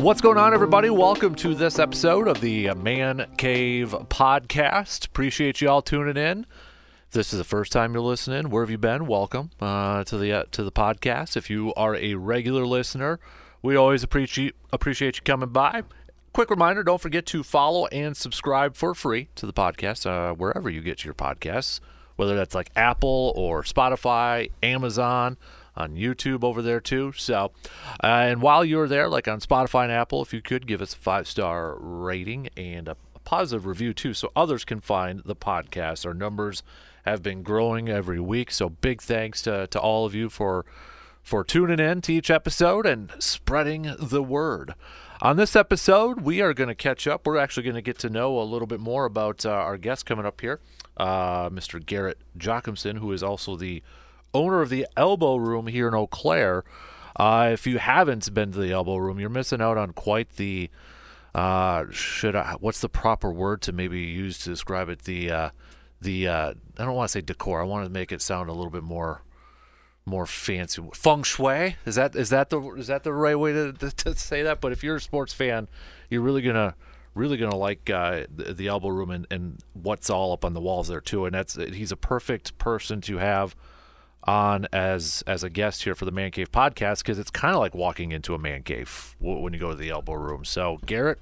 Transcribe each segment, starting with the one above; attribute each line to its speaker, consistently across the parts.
Speaker 1: What's going on, everybody? Welcome to this episode of the Man Cave Podcast. Appreciate you all tuning in. If this is the first time you're listening. Where have you been? Welcome uh, to the uh, to the podcast. If you are a regular listener, we always appreciate appreciate you coming by. Quick reminder: don't forget to follow and subscribe for free to the podcast uh, wherever you get your podcasts, whether that's like Apple or Spotify, Amazon on YouTube over there too. So, uh, and while you're there, like on Spotify and Apple, if you could give us a five star rating and a positive review too, so others can find the podcast. Our numbers have been growing every week, so big thanks to, to all of you for for tuning in to each episode and spreading the word. On this episode, we are going to catch up. We're actually going to get to know a little bit more about uh, our guest coming up here, uh, Mr. Garrett Jockimson, who is also the owner of the Elbow Room here in Eau Claire. Uh, if you haven't been to the Elbow Room, you're missing out on quite the. Uh, should I? What's the proper word to maybe use to describe it? The uh, the uh, I don't want to say decor. I want to make it sound a little bit more more fancy. Feng shui is that is that the is that the right way to, to, to say that? But if you're a sports fan, you're really gonna really gonna like uh, the, the elbow room and, and what's all up on the walls there too. And that's he's a perfect person to have on as as a guest here for the man cave podcast because it's kind of like walking into a man cave w- when you go to the elbow room. So Garrett,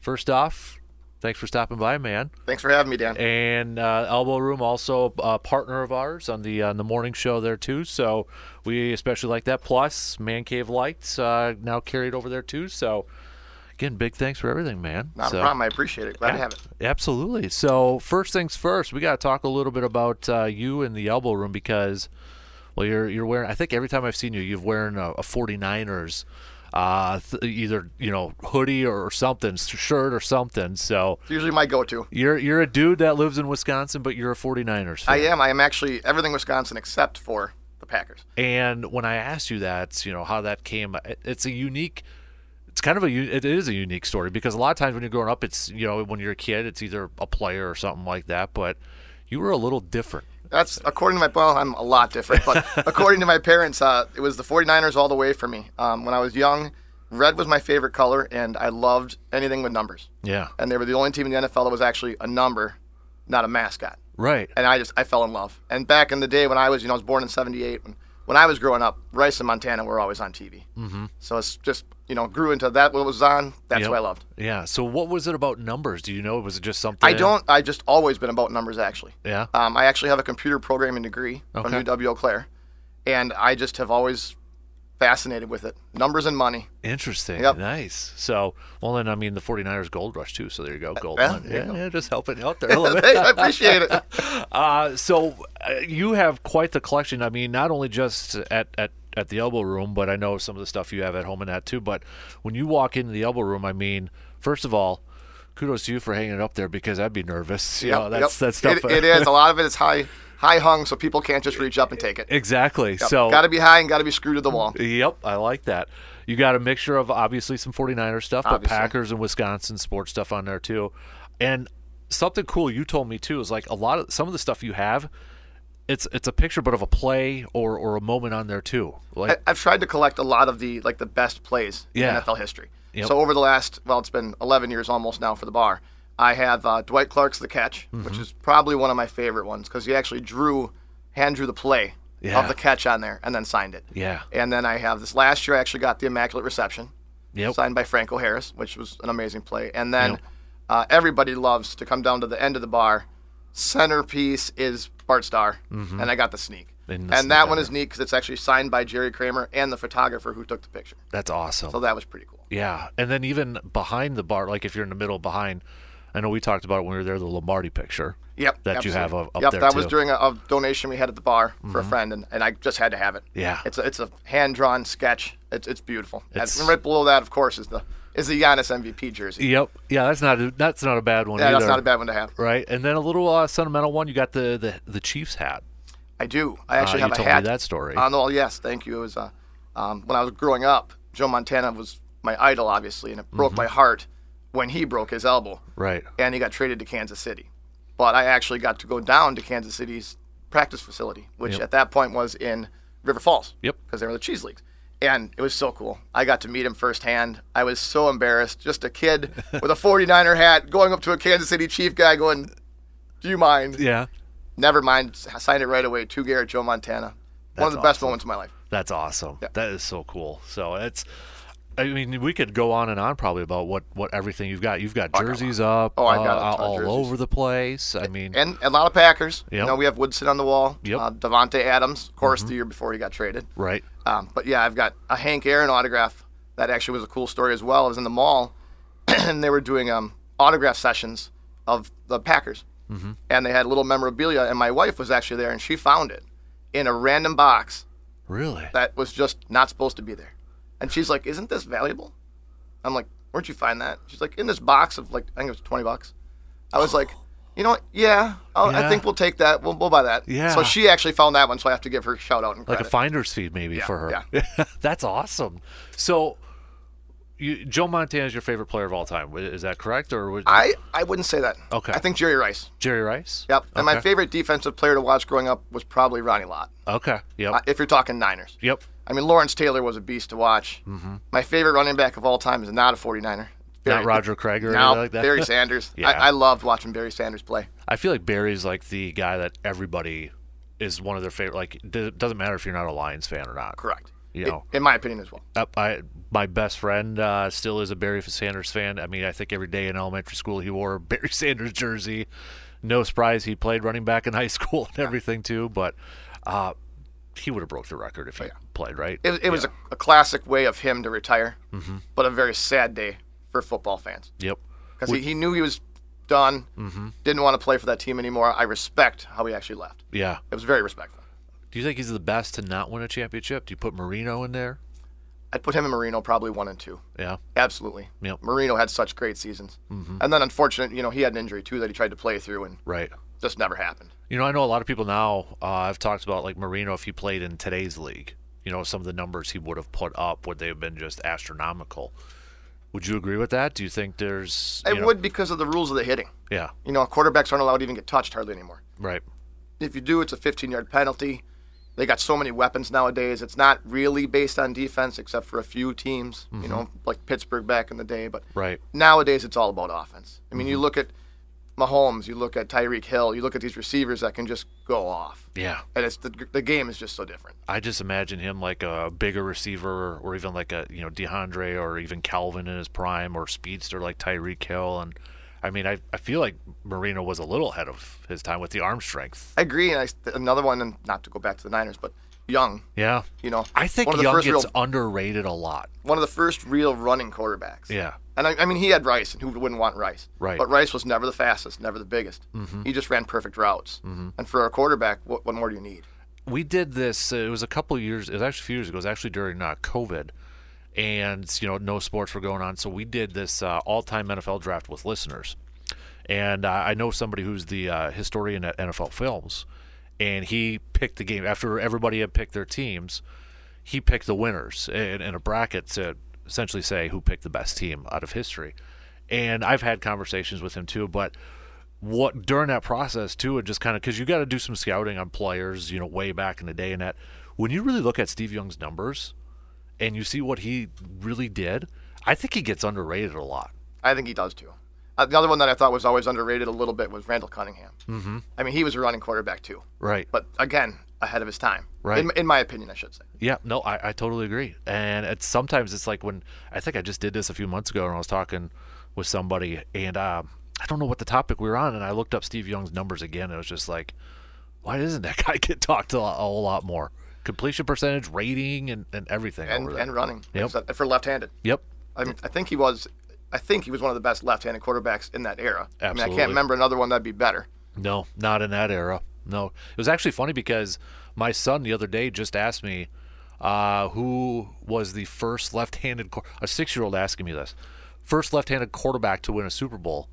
Speaker 1: first off, thanks for stopping by, man.
Speaker 2: Thanks for having me, Dan.
Speaker 1: And uh, Elbow Room also a partner of ours on the on the morning show there too. So we especially like that. Plus, Man Cave Lights uh, now carried over there too. So again, big thanks for everything, man.
Speaker 2: Not
Speaker 1: So-
Speaker 2: a problem. I appreciate it. Glad to have it.
Speaker 1: Absolutely. So first things first, we got to talk a little bit about uh, you and the Elbow Room because well, you're you're wearing. I think every time I've seen you, you've wearing a, a 49ers. Uh, th- either you know hoodie or something, shirt or something. So
Speaker 2: It's usually my go-to.
Speaker 1: you're you're a dude that lives in Wisconsin, but you're a 49ers fan.
Speaker 2: I am. I am actually everything Wisconsin except for the Packers.
Speaker 1: And when I asked you that, you know how that came, it- it's a unique. It's kind of a u- it is a unique story because a lot of times when you're growing up, it's you know when you're a kid, it's either a player or something like that. But you were a little different.
Speaker 2: That's according to my well, I'm a lot different, but according to my parents, uh, it was the 49ers all the way for me. Um, when I was young, red was my favorite color, and I loved anything with numbers.
Speaker 1: Yeah.
Speaker 2: And they were the only team in the NFL that was actually a number, not a mascot.
Speaker 1: Right.
Speaker 2: and I just I fell in love. And back in the day when I was, you know, I was born in '78. When, when I was growing up, Rice and Montana were always on TV. Mm-hmm. So it's just you know grew into that what was on. That's
Speaker 1: Yep.
Speaker 2: what I loved.
Speaker 1: Yeah. So what was it about numbers? Do you know? Was it just something?
Speaker 2: I don't. I just always been about numbers actually.
Speaker 1: Yeah.
Speaker 2: Um, I actually have a computer programming degree
Speaker 1: Okay.
Speaker 2: from UW Eau Claire, and I just have always fascinated with it. Numbers and money.
Speaker 1: Interesting.
Speaker 2: Yep.
Speaker 1: Nice. So well, then I mean the 49ers gold rush too. So there you go, gold.
Speaker 2: yeah,
Speaker 1: one.
Speaker 2: there you
Speaker 1: yeah,
Speaker 2: go.
Speaker 1: yeah. Just helping out there a little bit.
Speaker 2: Hey, I appreciate it.
Speaker 1: Uh, so uh, you have quite the collection. I mean, not only just at, at, at the elbow room, but I know some of the stuff you have at home and that too. But when you walk into the elbow room, I mean, first of all, kudos to you for hanging it up there because I'd be nervous. You
Speaker 2: Yep,
Speaker 1: know, that's
Speaker 2: yep.
Speaker 1: that stuff.
Speaker 2: It, it is a lot of it is high high hung, so people can't just reach up and take it.
Speaker 1: exactly. So
Speaker 2: got to be high and got to be screwed to the wall.
Speaker 1: Yep, I like that. You got a mixture of obviously some 49er stuff, but
Speaker 2: Obviously.
Speaker 1: Packers and Wisconsin sports stuff on there too. And something cool you told me too is like a lot of some of the stuff you have, it's it's a picture but of a play or or a moment on there too.
Speaker 2: I,
Speaker 1: Like
Speaker 2: I've tried to collect a lot of the like the best plays
Speaker 1: Yeah.
Speaker 2: in NFL history.
Speaker 1: Yep.
Speaker 2: So over the last well, it's been 11 years almost now for the bar. I have uh, Dwight Clark's The Catch, which
Speaker 1: Mm-hmm.
Speaker 2: is probably one of my favorite ones because he actually drew, hand drew the play
Speaker 1: Yeah.
Speaker 2: of the catch on there and then signed it.
Speaker 1: yeah.
Speaker 2: And then I have this last year I actually got the Immaculate Reception,
Speaker 1: Yep.
Speaker 2: signed by Franco Harris, which was an amazing play. And then uh, everybody loves to come down to the end of the bar. Centerpiece is Bart Starr,
Speaker 1: Mm-hmm.
Speaker 2: and I got the sneak.
Speaker 1: And
Speaker 2: And,
Speaker 1: the sneak
Speaker 2: that
Speaker 1: on
Speaker 2: one is neat because it's actually signed by Jerry Kramer and the photographer who took the picture.
Speaker 1: That's awesome.
Speaker 2: So that was pretty cool.
Speaker 1: yeah. And then even behind the bar, like if you're in the middle behind I know we talked about it when we were there, the Lamardi picture.
Speaker 2: Yep.
Speaker 1: That you have
Speaker 2: absolutely.
Speaker 1: up, up
Speaker 2: yep,
Speaker 1: there
Speaker 2: that was
Speaker 1: too. Mm-hmm.
Speaker 2: during a, a donation we had at the bar for a friend, and, and I just had to have it.
Speaker 1: Yeah.
Speaker 2: It's a, it's a hand drawn sketch. It's, it's beautiful.
Speaker 1: It's-
Speaker 2: and right below that, of course, is the is the Giannis MVP jersey.
Speaker 1: Yep. Yeah, that's not a, that's not a bad one
Speaker 2: Yeah,
Speaker 1: either.
Speaker 2: that's not a bad one to have.
Speaker 1: Right, and then a little uh, sentimental one. You got the, the the Chiefs hat.
Speaker 2: I do. I actually
Speaker 1: you
Speaker 2: have
Speaker 1: told
Speaker 2: a
Speaker 1: me
Speaker 2: hat.
Speaker 1: that story.
Speaker 2: Uh, no, yes, thank you. It was uh, um, when I was growing up. Joe Montana was my idol, obviously, and it
Speaker 1: Mm-hmm.
Speaker 2: broke my heart when he broke his elbow.
Speaker 1: Right.
Speaker 2: And he got traded to Kansas City, but I actually got to go down to Kansas City's practice facility, which at that point was in River Falls.
Speaker 1: Yep.
Speaker 2: Because they were the cheese leagues, and it was so cool. I got to meet him firsthand. I was so embarrassed. Just a kid with a 49er hat going up to a Kansas City Chief guy going, Do you mind?
Speaker 1: Yeah.
Speaker 2: Never mind. S- Signed it right away to Garrett Joe Montana. One of
Speaker 1: That's
Speaker 2: the best
Speaker 1: awesome.
Speaker 2: moments of my life.
Speaker 1: That's awesome. That is so cool. So it's, I mean, we could go on and on probably about what what everything you've got. You've got jerseys up,
Speaker 2: Oh, I've
Speaker 1: uh,
Speaker 2: got a ton of
Speaker 1: all
Speaker 2: jerseys.
Speaker 1: over the place. I mean,
Speaker 2: And a lot of Packers.
Speaker 1: Yep.
Speaker 2: You know, we have Woodson on the wall.
Speaker 1: Yep. Mm-hmm.
Speaker 2: Uh, Devontae Adams, of course, the year before he got traded.
Speaker 1: right?
Speaker 2: Um, but yeah, I've got a Hank Aaron autograph. That actually was a cool story as well. I was in the mall, and they were doing um, autograph sessions of the Packers, mm-hmm. and they had little memorabilia. And my wife was actually there, and she found it in a random box
Speaker 1: Really?
Speaker 2: that was just not supposed to be there. And she's like, "Isn't this valuable?" I'm like, "Where'd you find that?" She's like, "In this box of like I think it was 20 bucks." I was like, "You know what? Yeah, I'll,
Speaker 1: Oh. Yeah.
Speaker 2: I think we'll take that. We'll, we'll buy that."
Speaker 1: Yeah.
Speaker 2: So she actually found that one, so I have to give her a shout out and
Speaker 1: like
Speaker 2: credit.
Speaker 1: a finder's fee maybe for her. That's awesome. So, you, Joe Montana is your favorite player of all time. Is that correct? Or would,
Speaker 2: I, I wouldn't say that.
Speaker 1: Okay.
Speaker 2: I think Jerry Rice.
Speaker 1: Jerry Rice?
Speaker 2: Yep. And my
Speaker 1: Okay.
Speaker 2: favorite defensive player to watch growing up was probably Ronnie Lott,
Speaker 1: Okay. Yep.
Speaker 2: uh, if you're talking Niners.
Speaker 1: yep.
Speaker 2: I mean, Lawrence Taylor was a beast to watch. Mm-hmm. My favorite running back of all time is not a 49er.
Speaker 1: Not Roger Craig or
Speaker 2: No,
Speaker 1: anything like that.
Speaker 2: Barry Sanders.
Speaker 1: Yeah.
Speaker 2: I, I loved watching Barry Sanders play.
Speaker 1: I feel like Barry's like the guy that everybody is one of their favorite. Like, it doesn't matter if you're not a Lions fan or not.
Speaker 2: Correct.
Speaker 1: You
Speaker 2: In-
Speaker 1: know.
Speaker 2: In my opinion as well.
Speaker 1: Uh, I, my best friend uh, still is a Barry Sanders fan. I mean, I think every day in elementary school he wore a Barry Sanders jersey. No surprise, he played running back in high school and everything too. But uh, he would have broke the record if he played, right?
Speaker 2: Oh, It, it was a, a classic way of him to retire,
Speaker 1: Mm-hmm.
Speaker 2: but a very sad day for football fans
Speaker 1: yep.
Speaker 2: because he, he knew he was done, mm-hmm. didn't want to play for that team anymore. I respect how he actually left.
Speaker 1: Yeah.
Speaker 2: It was very respectful.
Speaker 1: Do you think he's the best to not win a championship? Do you put Marino in there?
Speaker 2: I'd put him and Marino probably one and two.
Speaker 1: Yeah.
Speaker 2: Absolutely.
Speaker 1: Yep. Mm-hmm.
Speaker 2: Marino had such great seasons. And then, unfortunate, you know, he had an injury too that he tried to play through and
Speaker 1: Right.
Speaker 2: just never happened.
Speaker 1: You know, I know a lot of people now. Uh, I've talked about like Marino if he played in today's league. You know, some of the numbers he would have put up would they have been just astronomical? Would you agree with that? Do you think there's?
Speaker 2: It
Speaker 1: you know-
Speaker 2: would because of the rules of the hitting.
Speaker 1: Yeah.
Speaker 2: You know, quarterbacks aren't allowed to even get touched hardly anymore.
Speaker 1: Right.
Speaker 2: If you do, it's a 15 yard penalty. They got so many weapons nowadays. It's not really based on defense except for a few teams,
Speaker 1: Mm-hmm.
Speaker 2: you know, like Pittsburgh back in the day. But
Speaker 1: Right.
Speaker 2: nowadays it's all about offense. I mean, you
Speaker 1: Mm-hmm.
Speaker 2: look at Mahomes, you look at Tyreek Hill, you look at these receivers that can just go off.
Speaker 1: Yeah.
Speaker 2: And it's the, the game is just so different.
Speaker 1: I just imagine him like a bigger receiver, or even like a you know DeAndre, or even Calvin in his prime, or speedster like Tyreek Hill. And I mean, I I feel like Marino was a little ahead of his time with the arm strength.
Speaker 2: I agree. And I, another one, and not to go back to the Niners, but Young,
Speaker 1: Yeah.
Speaker 2: you know,
Speaker 1: I think
Speaker 2: one of the
Speaker 1: Young
Speaker 2: first
Speaker 1: gets
Speaker 2: real,
Speaker 1: underrated a lot.
Speaker 2: one of the first real running quarterbacks.
Speaker 1: Yeah.
Speaker 2: And I, I mean, he had Rice, and who wouldn't want Rice?
Speaker 1: Right. Mm-hmm.
Speaker 2: But Rice was never the fastest, never the biggest. He just ran perfect routes. And for a quarterback, what, what more do you need?
Speaker 1: we did this. uh, It was a couple of years. It was actually a few years ago. It was actually during uh, COVID, and you know, no sports were going on. So we did this uh, all-time NFL draft with listeners, and uh, I know somebody who's the uh, historian at NFL Films, and he picked the game after everybody had picked their teams. He picked the winners in, in a bracket to essentially say who picked the best team out of history. And I've had conversations with him too, but what during that process too it just kind of because you got to do some scouting on players you know way back in the day and that when you really look at steve young's numbers and you see what he really did i think he gets underrated a lot
Speaker 2: I think he does too. Uh, the other one that I thought was always underrated a little bit was Randall Cunningham. Mm-hmm. I mean, he was a running quarterback too.
Speaker 1: right
Speaker 2: But again, ahead of his time.
Speaker 1: Right.
Speaker 2: In, in my opinion, I should say.
Speaker 1: Yeah, no, I, I totally agree. And it's sometimes it's like when I think I just did this a few months ago, and I was talking with somebody, and um, I don't know what the topic we were on, and I looked up Steve Young's numbers again, and it was just like, why doesn't that guy get talked a, lot, a whole lot more? Completion percentage, rating, and, and everything
Speaker 2: And,
Speaker 1: over that.
Speaker 2: and running.
Speaker 1: Yep.
Speaker 2: Except For left handed.
Speaker 1: yep,
Speaker 2: I, mean, I think he was. I think he was one of the best left-handed quarterbacks in that era. I mean, I
Speaker 1: Absolutely.
Speaker 2: can't remember another one that'd be better.
Speaker 1: No, not in that era. No, it was actually funny because my son the other day just asked me uh, who was the first left-handed quar- a six-year-old asking me this first left-handed quarterback to win a Super Bowl,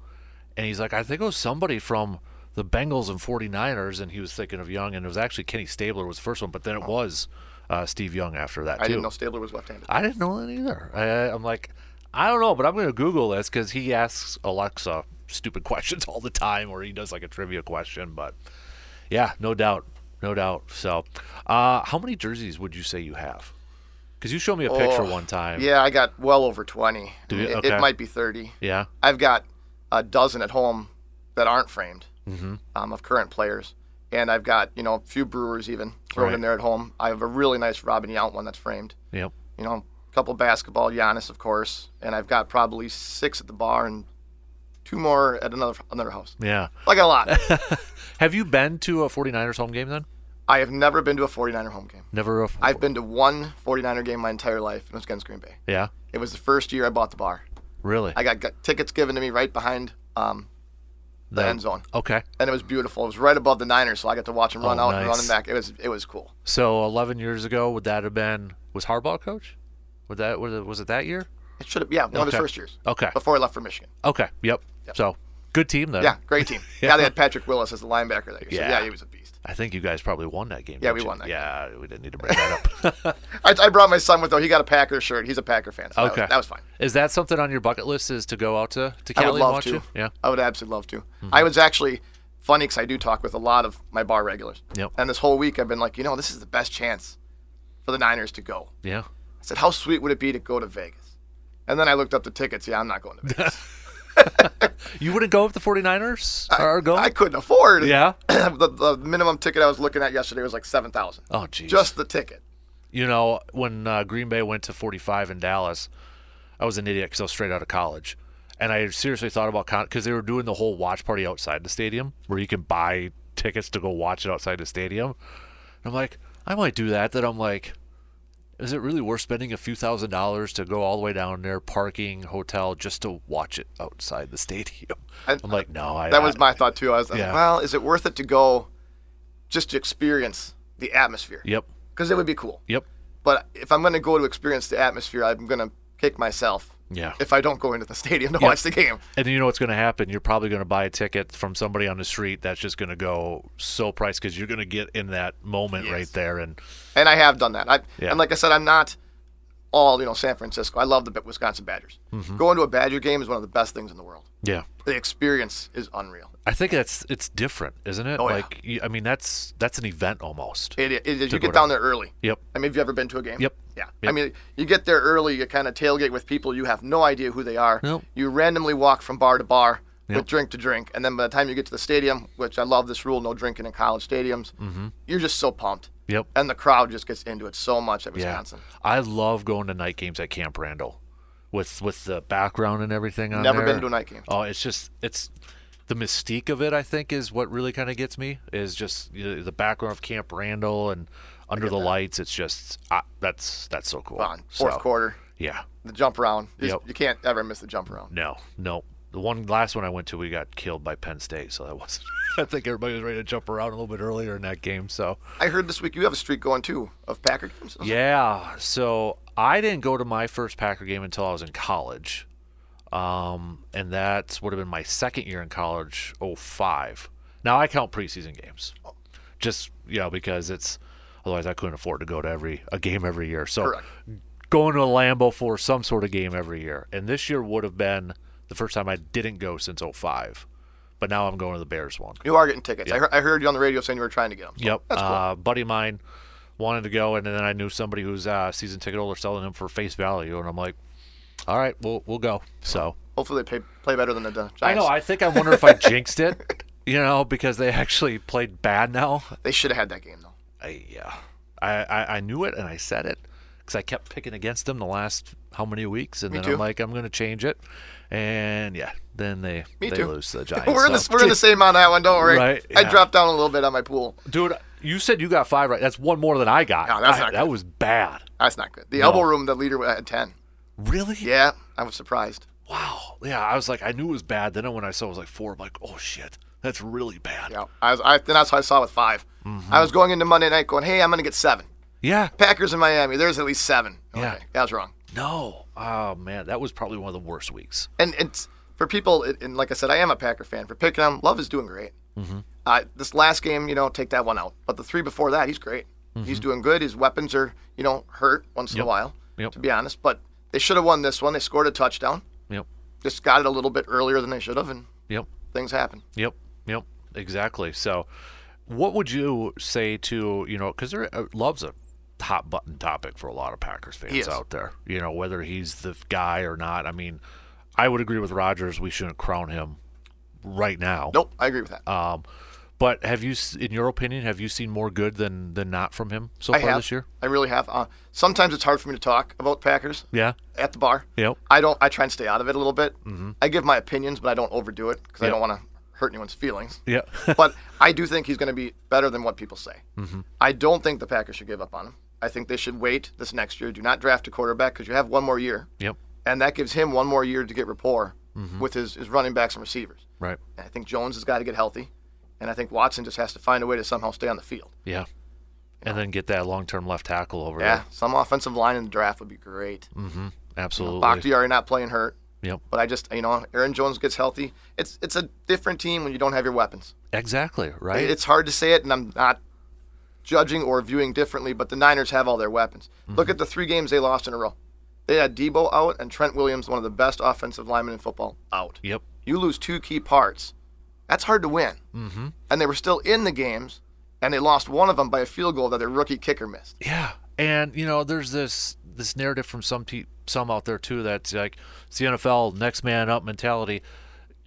Speaker 1: and he's like, I think it was somebody from the Bengals and 49ers, and he was thinking of Young, and it was actually Kenny Stabler was the first one, but then it was uh, Steve Young after that too.
Speaker 2: I didn't know Stabler was left-handed.
Speaker 1: I didn't know that either. I, I'm like, I don't know, but I'm going to Google this because he asks Alexa stupid questions all the time, or he does like a trivia question. But yeah, no doubt, no doubt. So, uh, how many jerseys would you say you have? Because you showed me a picture
Speaker 2: Oh,
Speaker 1: one time.
Speaker 2: Yeah, I got well over 20.
Speaker 1: Do you?
Speaker 2: It- It,
Speaker 1: Okay.
Speaker 2: might be 30.
Speaker 1: Yeah.
Speaker 2: I've got a dozen at home that aren't framed um, of current players. And I've got, you know, a few brewers even thrown
Speaker 1: Right.
Speaker 2: in there at home. I have a really nice Robin Yount one that's framed.
Speaker 1: Yep.
Speaker 2: You know, a couple basketball, Giannis, of course. And I've got probably six at the bar and two more at another another house.
Speaker 1: Yeah.
Speaker 2: Like a lot.
Speaker 1: Have you been to a 49ers home game then?
Speaker 2: I have never been to a 49er home game.
Speaker 1: Never. A,
Speaker 2: I've been to one 49er game my entire life, and it was against Green Bay.
Speaker 1: Yeah.
Speaker 2: It was the first year I bought the bar.
Speaker 1: Really.
Speaker 2: I got, got tickets given to me right behind um, the end zone,
Speaker 1: Okay.
Speaker 2: and it was beautiful. It was right above the Niners, so I got to watch them run
Speaker 1: Oh,
Speaker 2: out and
Speaker 1: nice.
Speaker 2: running back. It was it was cool.
Speaker 1: So 11 years ago, would that have been was Harbaugh coach? Would that was it, was it that year?
Speaker 2: It should have yeah one of his
Speaker 1: Okay.
Speaker 2: first years
Speaker 1: Okay.
Speaker 2: before I left for Michigan.
Speaker 1: Okay. Yep. So good team then.
Speaker 2: Yeah, great team. yeah. they had Patrick Willis as the linebacker that year. so
Speaker 1: Uh, Yeah.
Speaker 2: yeah, he was a beast.
Speaker 1: I think you guys probably won that game.
Speaker 2: Yeah,
Speaker 1: didn't
Speaker 2: we
Speaker 1: you?
Speaker 2: won that
Speaker 1: Yeah, we didn't need to bring that up.
Speaker 2: I, I brought my son with though. He got a Packer shirt. He's a Packer fan. So
Speaker 1: Okay.
Speaker 2: that was, that was fine.
Speaker 1: Is that something on your bucket list? Is to go out to to
Speaker 2: I
Speaker 1: Cali
Speaker 2: would
Speaker 1: and
Speaker 2: love
Speaker 1: watch
Speaker 2: to.
Speaker 1: you? Yeah.
Speaker 2: I would absolutely love to.
Speaker 1: Mm-hmm.
Speaker 2: I was actually funny because I do talk with a lot of my bar regulars.
Speaker 1: Yep.
Speaker 2: And this whole week I've been like, you know, this is the best chance for the Niners to go.
Speaker 1: Yeah.
Speaker 2: I said, how sweet would it be to go to Vegas? And then I looked up the tickets. Yeah, I'm not going to Vegas.
Speaker 1: You wouldn't go with the 49ers? Or go?
Speaker 2: I couldn't afford.
Speaker 1: yeah.
Speaker 2: the, the minimum ticket I was looking at yesterday was like seven thousand.
Speaker 1: Oh, geez.
Speaker 2: Just the ticket.
Speaker 1: You know, when uh, Green Bay went to 45 in Dallas, I was an idiot because I was straight out of college. And I seriously thought about because they were doing the whole watch party outside the stadium where you can buy tickets to go watch it outside the stadium. And I'm like, I might do that. Then I'm like, is it really worth spending a few thousand dollars to go all the way down there, parking, hotel, just to watch it outside the stadium? I,
Speaker 2: I-
Speaker 1: am like, no, I,
Speaker 2: That was my thought too. I was, I was
Speaker 1: Yeah.
Speaker 2: like, well, is it worth it to go just to experience the atmosphere?
Speaker 1: Yep,
Speaker 2: Because it would be cool.
Speaker 1: yep,
Speaker 2: But if I'm going to go to experience the atmosphere, I'm going to kick myself
Speaker 1: yeah.
Speaker 2: if I don't go into the stadium to watch the game.
Speaker 1: And you know what's going to happen? You're probably going to buy a ticket from somebody on the street that's just going to go so priced because you're going to get in that moment right there. And
Speaker 2: And I have done that. I,
Speaker 1: Yeah.
Speaker 2: And like I said, I'm not all you know San Francisco. I love the Wisconsin Badgers.
Speaker 1: Mm-hmm.
Speaker 2: Going to a Badger game is one of the best things in the world.
Speaker 1: yeah,
Speaker 2: The experience is unreal.
Speaker 1: I think that's it's different, isn't it?
Speaker 2: Oh, yeah.
Speaker 1: like you- I mean, that's that's an event almost.
Speaker 2: It, it, it- you
Speaker 1: go
Speaker 2: get down there early.
Speaker 1: yep.
Speaker 2: I mean, have you ever been to a game?
Speaker 1: Yep.
Speaker 2: Yeah.
Speaker 1: Yep.
Speaker 2: I mean, you get there early, you kind of tailgate with people, you have no idea who they are.
Speaker 1: Nope.
Speaker 2: You randomly walk from bar to bar
Speaker 1: Yep.
Speaker 2: with drink to drink. And then by the time you get to the stadium, which I love this rule no drinking in college stadiums,
Speaker 1: Mm-hmm.
Speaker 2: you're just so pumped.
Speaker 1: Yep.
Speaker 2: And the crowd just gets into it so much at
Speaker 1: Yeah.
Speaker 2: Wisconsin.
Speaker 1: I love going to night games at Camp Randall with with the background and everything on
Speaker 2: Never
Speaker 1: there.
Speaker 2: been to a night game.
Speaker 1: Oh, it's just it's the mystique of it. I think is what really kind of gets me is just you know, the background of Camp Randall and under the lights. It's just I that's that's so cool.
Speaker 2: On fourth
Speaker 1: So,
Speaker 2: quarter,
Speaker 1: Yeah.
Speaker 2: the jump around. You-
Speaker 1: Yep.
Speaker 2: You can't ever miss the jump around.
Speaker 1: No, no. The one last one I went to, we got killed by Penn State, so that wasn't. I think everybody was ready to jump around a little bit earlier in that game. So
Speaker 2: I heard this week you have a streak going too of Packer games.
Speaker 1: yeah, so I didn't go to my first Packer game until I was in college, um, and that would have been my second year in college, oh five. Now I count preseason games, just you know because it's otherwise I couldn't afford to go to every a game every year. So
Speaker 2: Correct.
Speaker 1: going to a Lambo for some sort of game every year. And this year would have been the first time I didn't go since 05. But now I'm going to the Bears one.
Speaker 2: You are getting tickets. I, heard, I heard you on the radio saying you were trying to get them.
Speaker 1: Yep. Uh, buddy of mine wanted to go, and then I knew somebody who's uh, season ticket holder selling them for face value, and I'm like, all right, we'll we'll go. So
Speaker 2: Hopefully they play, play better than the Giants.
Speaker 1: I know. I think I wonder if I jinxed it, you know, because they actually played bad now.
Speaker 2: they should have had that game though.
Speaker 1: I, yeah, I, I, I knew it and I said it because I kept picking against them the last how many weeks, and then
Speaker 2: too.
Speaker 1: I'm like, I'm going to change it, and yeah, then they
Speaker 2: Me
Speaker 1: they
Speaker 2: too.
Speaker 1: lose to the Giants.
Speaker 2: We're in, the,
Speaker 1: so-
Speaker 2: we're in the same on that one. Don't worry.
Speaker 1: Right,
Speaker 2: I
Speaker 1: yeah.
Speaker 2: dropped down a little bit on my pool.
Speaker 1: dude. You said you got five right. That's one more than I got.
Speaker 2: No, that's
Speaker 1: I-
Speaker 2: not
Speaker 1: that was bad.
Speaker 2: That's not good. The elbow room, the leader had ten.
Speaker 1: Really?
Speaker 2: Yeah, I was surprised.
Speaker 1: Wow. Yeah, I was like, I knew it was bad. Then when I saw it was like four, I'm like, oh shit, that's really bad.
Speaker 2: Yeah, I was. I, then that's how I saw with 5
Speaker 1: Mm-hmm.
Speaker 2: I was going into Monday night going, "Hey, I'm going to get seven.
Speaker 1: Yeah.
Speaker 2: Packers in Miami. There's at least seven. Okay,
Speaker 1: Yeah.
Speaker 2: that was wrong.
Speaker 1: No. Oh man, that was probably one of the worst weeks.
Speaker 2: And it's for people. It, and like I said, I am a Packer fan. For picking him, Love is doing great.
Speaker 1: Mm-hmm.
Speaker 2: Uh, this last game, you know, take that one out. But the three before that, he's great. He's doing good. His weapons are, you know, hurt once in a while.
Speaker 1: Mm-hmm. Yep.
Speaker 2: To be honest, but they should have won this one. They scored a touchdown.
Speaker 1: Yep.
Speaker 2: Just got it a little bit earlier than they should have, and
Speaker 1: Yep.
Speaker 2: things happen.
Speaker 1: Yep. Yep. Exactly. So, what would you say to you know? Because there uh, loves a hot button topic for a lot of Packers
Speaker 2: He
Speaker 1: fans
Speaker 2: is.
Speaker 1: out there. You know, whether he's the guy or not. I mean, I would agree with Rogers. We shouldn't crown him right now.
Speaker 2: Nope, I agree with that.
Speaker 1: Um, but have you, s- in your opinion, have you seen more good than than not from him so
Speaker 2: I
Speaker 1: far
Speaker 2: have.
Speaker 1: this year?
Speaker 2: I really have. Uh, sometimes it's hard for me to talk about Packers
Speaker 1: Yeah.
Speaker 2: at the bar.
Speaker 1: Yep.
Speaker 2: I don't. I try and stay out of it a little bit. I give my opinions, but I don't overdo it because
Speaker 1: Yeah.
Speaker 2: I don't want to hurt anyone's feelings.
Speaker 1: Yeah. Mm-hmm.
Speaker 2: but I do think he's going to be better than what people say. I don't think the Packers should give up on him. I think they should wait this next year. Do not draft a quarterback because you have one more year,
Speaker 1: yep.
Speaker 2: and that gives him one more year to get rapport
Speaker 1: Mm-hmm.
Speaker 2: with his, his running backs and receivers.
Speaker 1: Right.
Speaker 2: And I think Jones has got to get healthy, and I think Watson just has to find a way to somehow stay on the field.
Speaker 1: Yeah. And then get that long term left tackle over
Speaker 2: Yeah, some offensive line in the draft would be great.
Speaker 1: there. Mm-hmm. Absolutely.
Speaker 2: Bakhtiari not playing hurt,
Speaker 1: Yep.
Speaker 2: but I just you know Aaron Jones gets healthy. It's it's a different team when you don't have your weapons.
Speaker 1: Exactly. Right.
Speaker 2: It's hard to say it, and I'm not judging or viewing differently, but the Niners have all their weapons. Look at the three games they lost in a row. They had Debo out and Trent Williams, one of the best offensive linemen in football, out.
Speaker 1: yep.
Speaker 2: You lose two key parts. That's hard to win. Mm-hmm. And they were still in the games, and they lost one of them by a field goal that their rookie kicker missed.
Speaker 1: Yeah, and you know, there's this this narrative from some pe- some out there too that's like it's the NFL next man up mentality.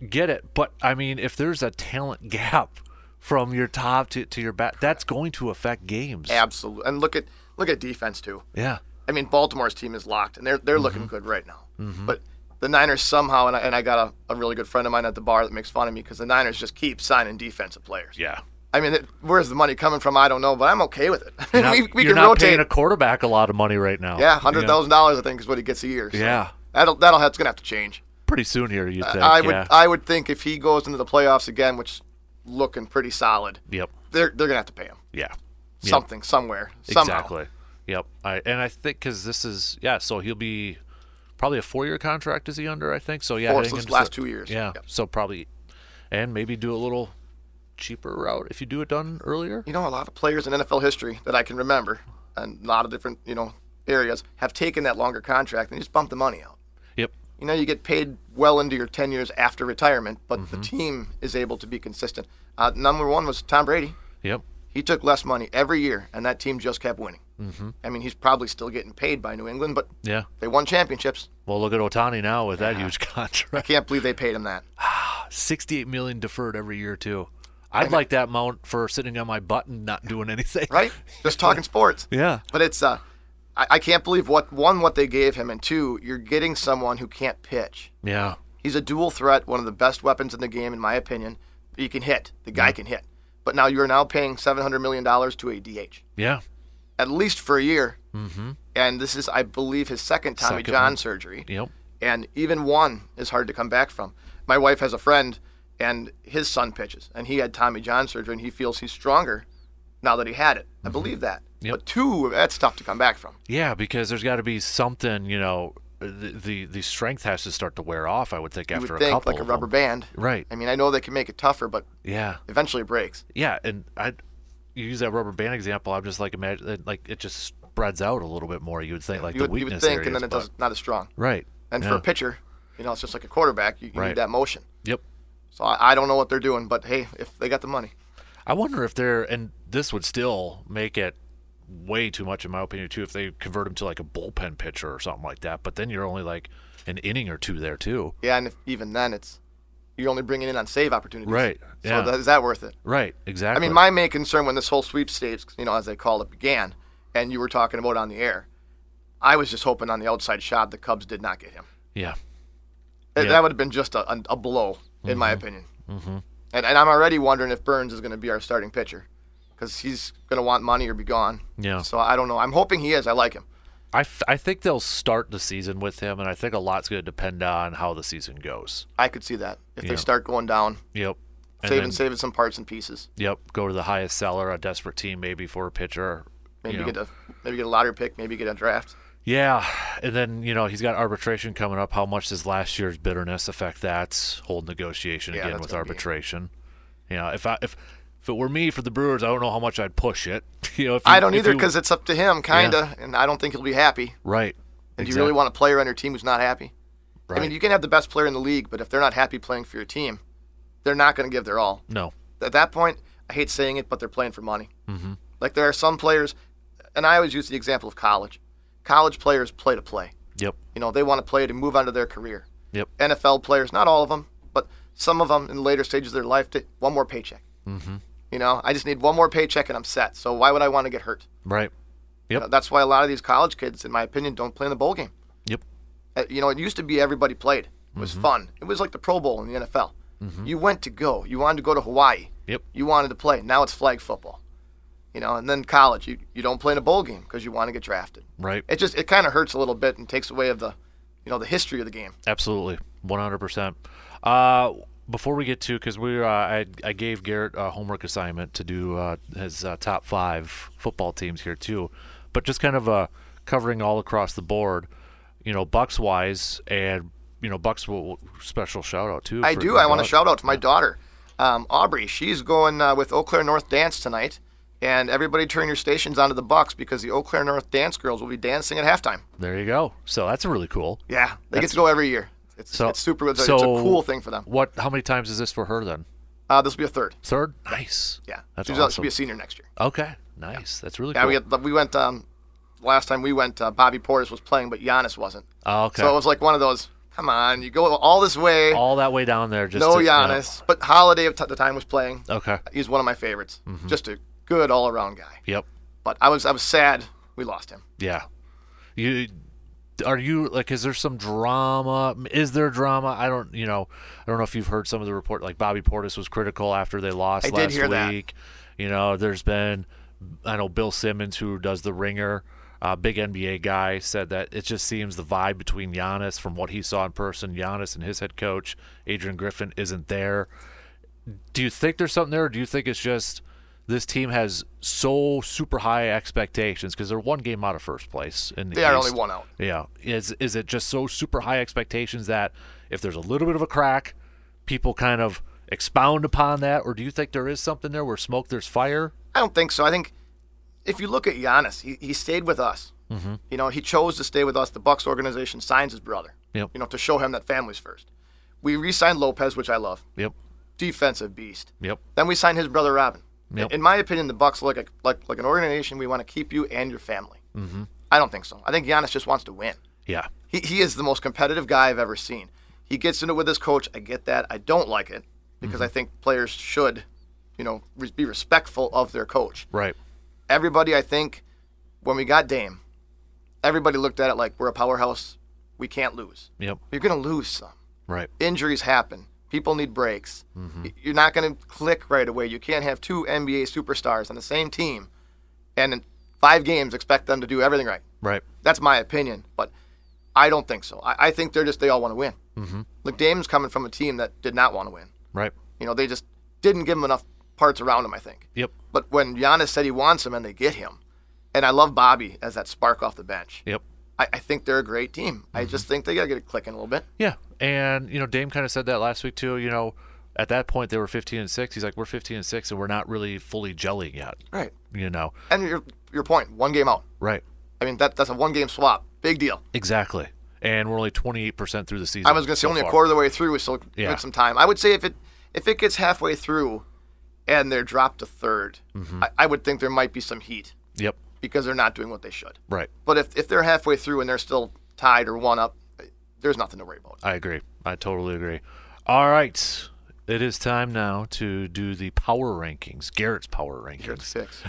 Speaker 1: Get it, but I mean, if there's a talent gap from your top to, to your back, that's going to affect games.
Speaker 2: Absolutely. And look at look at defense too.
Speaker 1: Yeah,
Speaker 2: I mean, Baltimore's team is locked, and they're they're
Speaker 1: Mm-hmm.
Speaker 2: looking good right now. But the Niners somehow, and I, and I got a, a really good friend of mine at the bar that makes fun of me because the Niners just keep signing defensive players.
Speaker 1: yeah.
Speaker 2: I mean, it, where's the money coming from? I don't know, but I'm okay with it.
Speaker 1: You're not,
Speaker 2: we we
Speaker 1: you're
Speaker 2: can
Speaker 1: not
Speaker 2: rotate.
Speaker 1: paying a quarterback a lot of money right now.
Speaker 2: yeah,
Speaker 1: you know?
Speaker 2: hundred thousand dollars, I think, is what he gets a year. so
Speaker 1: Yeah,
Speaker 2: that'll that'll that's gonna have to change.
Speaker 1: pretty soon here you think?
Speaker 2: Uh, I would
Speaker 1: yeah.
Speaker 2: I would think if he goes into the playoffs again, which looking pretty solid,
Speaker 1: yep.
Speaker 2: they're they're gonna have to pay him
Speaker 1: Yeah. Yep.
Speaker 2: something somewhere somehow.
Speaker 1: Exactly. Yep. I and I think because this is yeah, so he'll be probably a four-year contract is he under? I think so. Yeah,
Speaker 2: Four,
Speaker 1: heading
Speaker 2: so this
Speaker 1: into
Speaker 2: last
Speaker 1: the-
Speaker 2: two years.
Speaker 1: Yeah.
Speaker 2: Yep.
Speaker 1: So probably, and maybe do a little cheaper route if you do it done earlier.
Speaker 2: You know, a lot of players in NFL history that I can remember, and a lot of different you know areas have taken that longer contract and just bumped the money out.
Speaker 1: Yep.
Speaker 2: you know, you get paid well into your 10 years after retirement, but
Speaker 1: Mm-hmm.
Speaker 2: the team is able to be consistent. Uh, number one was Tom Brady.
Speaker 1: Yep.
Speaker 2: He took less money every year, and that team just kept winning. Mm-hmm. I mean, he's probably still getting paid by New England, but
Speaker 1: Yeah.
Speaker 2: they won championships.
Speaker 1: Well, look at Otani now with that huge contract,
Speaker 2: Can't believe they paid him that.
Speaker 1: sixty-eight million deferred every year too. I'd like that amount for sitting on my butt and not doing anything.
Speaker 2: Right? Just talking sports.
Speaker 1: Yeah.
Speaker 2: But it's, uh, I, I can't believe what, one, what they gave him, and two, you're getting someone who can't pitch.
Speaker 1: Yeah.
Speaker 2: He's a dual threat, one of the best weapons in the game, in my opinion. He can hit. The guy can hit. But now you're now paying $700 million to a DH.
Speaker 1: Yeah.
Speaker 2: at least for a year. Mm-hmm. And this is, I believe, his second Tommy
Speaker 1: Second
Speaker 2: John
Speaker 1: one.
Speaker 2: surgery.
Speaker 1: Yep.
Speaker 2: And even one is hard to come back from. My wife has a friend, and his son pitches, and he had Tommy John surgery, and he feels he's stronger now that he had it. I believe that.
Speaker 1: Mm-hmm. Yep.
Speaker 2: But two, that's tough to come back from.
Speaker 1: Yeah, because there's got to be something, you know, the, the the strength has to start to wear off. I would think
Speaker 2: You
Speaker 1: after
Speaker 2: would
Speaker 1: a
Speaker 2: think,
Speaker 1: couple,
Speaker 2: like a
Speaker 1: of
Speaker 2: rubber
Speaker 1: them.
Speaker 2: band.
Speaker 1: Right.
Speaker 2: I mean, I know they can make it tougher, but
Speaker 1: Yeah.
Speaker 2: eventually it breaks.
Speaker 1: Yeah, and I you use that rubber band example. I'm just like imagine it- like it just spreads out a little bit more. You would think like
Speaker 2: You
Speaker 1: the
Speaker 2: would, you would
Speaker 1: weakness
Speaker 2: think,
Speaker 1: areas,
Speaker 2: and then it
Speaker 1: but-
Speaker 2: does not as strong.
Speaker 1: right.
Speaker 2: And for
Speaker 1: yeah.
Speaker 2: a pitcher, you know, it's just like a quarterback. You, you
Speaker 1: Right.
Speaker 2: need that motion.
Speaker 1: yep.
Speaker 2: So I, I don't know what they're doing, but hey, if they got the money.
Speaker 1: I wonder if they're and this would still make it way too much in my opinion too if they convert him to like a bullpen pitcher or something like that. But then you're only like an inning or two there too.
Speaker 2: Yeah, and if, even then, it's you're only bringing in on save opportunities.
Speaker 1: Right,
Speaker 2: So
Speaker 1: yeah.
Speaker 2: that, is that worth it?
Speaker 1: Right.
Speaker 2: I
Speaker 1: Exactly.
Speaker 2: mean, my main concern when this whole sweepstakes, you know, as they call it, began, and you were talking about on the air, I was just hoping on the outside shot the Cubs did not get him.
Speaker 1: yeah.
Speaker 2: Th-
Speaker 1: Yeah.
Speaker 2: That would have been just a, a, a blow, in my opinion. Mm-hmm. And, and I'm already wondering if Burns is going to be our starting pitcher because he's going to want money or be gone.
Speaker 1: Yeah.
Speaker 2: So I don't know. I'm hoping he is. I like him.
Speaker 1: I, f- I think they'll start the season with him, and I think a lot's going to depend on how the season goes.
Speaker 2: I could see that if
Speaker 1: Yeah.
Speaker 2: they start going down,
Speaker 1: Yep. And
Speaker 2: saving
Speaker 1: then-
Speaker 2: saving some parts and pieces.
Speaker 1: Yep. Go to the highest seller, a desperate team maybe for a pitcher.
Speaker 2: Maybe
Speaker 1: you know.
Speaker 2: get a maybe get a lottery pick. Maybe get a draft.
Speaker 1: Yeah, and then you know he's got arbitration coming up. How much does last year's bitterness affect that whole negotiation
Speaker 2: Yeah,
Speaker 1: again
Speaker 2: that's
Speaker 1: with
Speaker 2: gonna be-
Speaker 1: arbitration? You know, if I if if it were me for the Brewers, I don't know how much I'd push it. You know, if
Speaker 2: I
Speaker 1: you-
Speaker 2: don't
Speaker 1: if
Speaker 2: either
Speaker 1: you-
Speaker 2: because it's up to him, kinda, and I don't think he'll be happy.
Speaker 1: right.
Speaker 2: And Do you really want a player on your team who's not happy?
Speaker 1: Right.
Speaker 2: I mean, you can have the best player in the league, but if they're not happy playing for your team, they're not going to give their all.
Speaker 1: no.
Speaker 2: At that point, I hate saying it, but they're playing for money. Mm-hmm. Like there are some players, and I always use the example of college. College players play to play.
Speaker 1: Yep.
Speaker 2: You know, they want to play to move on to their career.
Speaker 1: Yep.
Speaker 2: NFL players, not all of them, but some of them in later stages of their life, they- one more paycheck. Mm-hmm. You know, I just need one more paycheck and I'm set. So why would I want to get hurt?
Speaker 1: Right.
Speaker 2: You know, that's why a lot of these college kids, in my opinion, don't play in the bowl game.
Speaker 1: Yep.
Speaker 2: Uh, You know, it used to be everybody played. It was fun. It was like the Pro Bowl in the NFL. You went to go. You wanted to go to Hawaii.
Speaker 1: Yep.
Speaker 2: You wanted to play. Now it's flag football. You know, and then college, you, you don't play in a bowl game because you want to get drafted.
Speaker 1: Right.
Speaker 2: It just it kind of hurts a little bit and takes away of the, you know, the history of the game.
Speaker 1: Absolutely, one hundred percent. Uh, Before we get to, because we, uh, I, I gave Garrett a homework assignment to do uh, his uh, top five football teams here too, but just kind of uh, covering all across the board, you know, Bucks wise, and you know, Bucks will, will- special shout out too.
Speaker 2: I
Speaker 1: for-
Speaker 2: do. I want to
Speaker 1: uh,
Speaker 2: shout out to my daughter, um, Aubrey. She's going uh, with Eau Claire North Dance tonight, and everybody turn your stations onto the Bucks because the Eau Claire North Dance girls will be dancing at halftime.
Speaker 1: There you go. So that's really cool.
Speaker 2: Yeah, they get to go every year. It's,
Speaker 1: So
Speaker 2: it's super. It's, a-
Speaker 1: so
Speaker 2: it's a cool thing for them.
Speaker 1: What? How many times is this for her then?
Speaker 2: Uh, this will be a third.
Speaker 1: Third. Nice.
Speaker 2: Yeah,
Speaker 1: That's
Speaker 2: she's, uh,
Speaker 1: awesome.
Speaker 2: she'll be a senior next year.
Speaker 1: okay. Nice. That's really
Speaker 2: Yeah,
Speaker 1: cool.
Speaker 2: we got, we went um, last time we went. Uh, Bobby Portis was playing, but Giannis wasn't.
Speaker 1: Oh, okay.
Speaker 2: So it was like one of those. Come on, you go all this way,
Speaker 1: all that way down there. Just
Speaker 2: no
Speaker 1: to- yeah.
Speaker 2: Giannis. But Holiday at the time was playing.
Speaker 1: Okay.
Speaker 2: He's one of my favorites.
Speaker 1: Mm-hmm.
Speaker 2: Just a good all around guy.
Speaker 1: Yep.
Speaker 2: But I was I was sad we lost him.
Speaker 1: Yeah. You are you like is there some drama? Is there drama? I don't, you know, I don't know if you've heard some of the report like Bobby Portis was critical after they lost
Speaker 2: I did
Speaker 1: last
Speaker 2: hear that.
Speaker 1: week. You know, there's been I know Bill Simmons who does the ringer uh, big NBA guy said that it just seems the vibe between Giannis, from what he saw in person, Giannis and his head coach Adrian Griffin isn't there. Do you think there's something there, or do you think it's just this team has so super high expectations because they're one game out of first place in the
Speaker 2: They are only
Speaker 1: East.
Speaker 2: one out.
Speaker 1: Yeah, is is it just so super high expectations that if there's a little bit of a crack, people kind of expound upon that, or do you think there is something there where smoke there's fire?
Speaker 2: I don't think so. I think if you look at Giannis, he, he stayed with us.
Speaker 1: Mm-hmm.
Speaker 2: You know, he chose to stay with us. The Bucks organization signs his brother.
Speaker 1: Yep.
Speaker 2: You know, to show him that family's first. We re-signed Lopez, which I love.
Speaker 1: Yep,
Speaker 2: Defensive beast.
Speaker 1: yep,
Speaker 2: Then we signed his brother Robin.
Speaker 1: Yep.
Speaker 2: In my opinion, the Bucks look like like, like an organization. We want to keep you and your family. Mm-hmm. I don't think so. I think Giannis just wants to win.
Speaker 1: yeah,
Speaker 2: He, he is the most competitive guy I've ever seen. He gets into it with his coach. I get that. I don't like it because
Speaker 1: Mm-hmm.
Speaker 2: I think players should, you know, re- be respectful of their coach.
Speaker 1: right,
Speaker 2: Everybody, I think, when we got Dame, everybody looked at it like we're a powerhouse. We can't lose.
Speaker 1: yep,
Speaker 2: You're going to lose some.
Speaker 1: right,
Speaker 2: Injuries happen. People need breaks. Y- You're not going to click right away. You can't have two NBA superstars on the same team and in five games expect them to do everything right.
Speaker 1: right,
Speaker 2: That's my opinion, but I don't think so. I, I think they're just they all want to win. Mm-hmm. Like Dame's coming from a team that did not want to win.
Speaker 1: right,
Speaker 2: You know, they just didn't give him enough parts around him. I think.
Speaker 1: yep,
Speaker 2: But when Giannis said he wants him, and they get him, and I love Bobby as that spark off the bench.
Speaker 1: yep.
Speaker 2: I, I think they're a great team. I
Speaker 1: Mm-hmm.
Speaker 2: just think they gotta get it clicking a little bit.
Speaker 1: Yeah, and you know Dame kind of said that last week too. You know, at that point they were 15 and six. He's like, we're 15 and six, and we're not really fully gelling yet.
Speaker 2: Right.
Speaker 1: You know,
Speaker 2: And your your point, one game out.
Speaker 1: right?
Speaker 2: I mean that that's a one game swap, big deal.
Speaker 1: Exactly. And we're only 28 percent through the season.
Speaker 2: I was gonna say
Speaker 1: so
Speaker 2: only
Speaker 1: far.
Speaker 2: a quarter of the way through, so give
Speaker 1: Yeah.
Speaker 2: it some time. I would say if it if it gets halfway through, and they're dropped to 3rd
Speaker 1: Mm-hmm.
Speaker 2: I, I would think there might be some heat
Speaker 1: Yep.
Speaker 2: because they're not doing what they should.
Speaker 1: Right.
Speaker 2: But if if they're halfway through and they're still tied or one up, there's nothing to worry about.
Speaker 1: I agree. I totally agree. All right. It is time now to do the power rankings. Garrett's power rankings.
Speaker 2: Six.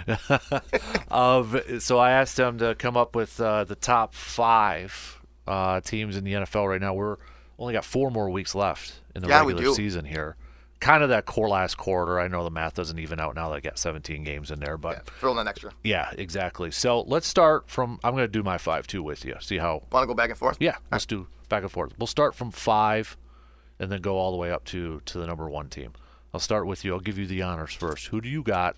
Speaker 1: of so I asked them to come up with uh, the top five uh, teams in the NFL right now. We're only got four more weeks left in the
Speaker 2: Yeah, we
Speaker 1: regular
Speaker 2: do.
Speaker 1: season here. Kind of that core last quarter. I know the math doesn't even out now. They got 17 games in there, but
Speaker 2: Throw in an extra.
Speaker 1: yeah, exactly. So let's start from. I'm going to do my five two with you. See how.
Speaker 2: Want to go back and forth?
Speaker 1: Yeah, let's do back and forth. We'll start from five, and then go all the way up to to the number one team. I'll start with you. I'll give you the honors first. Who do you got?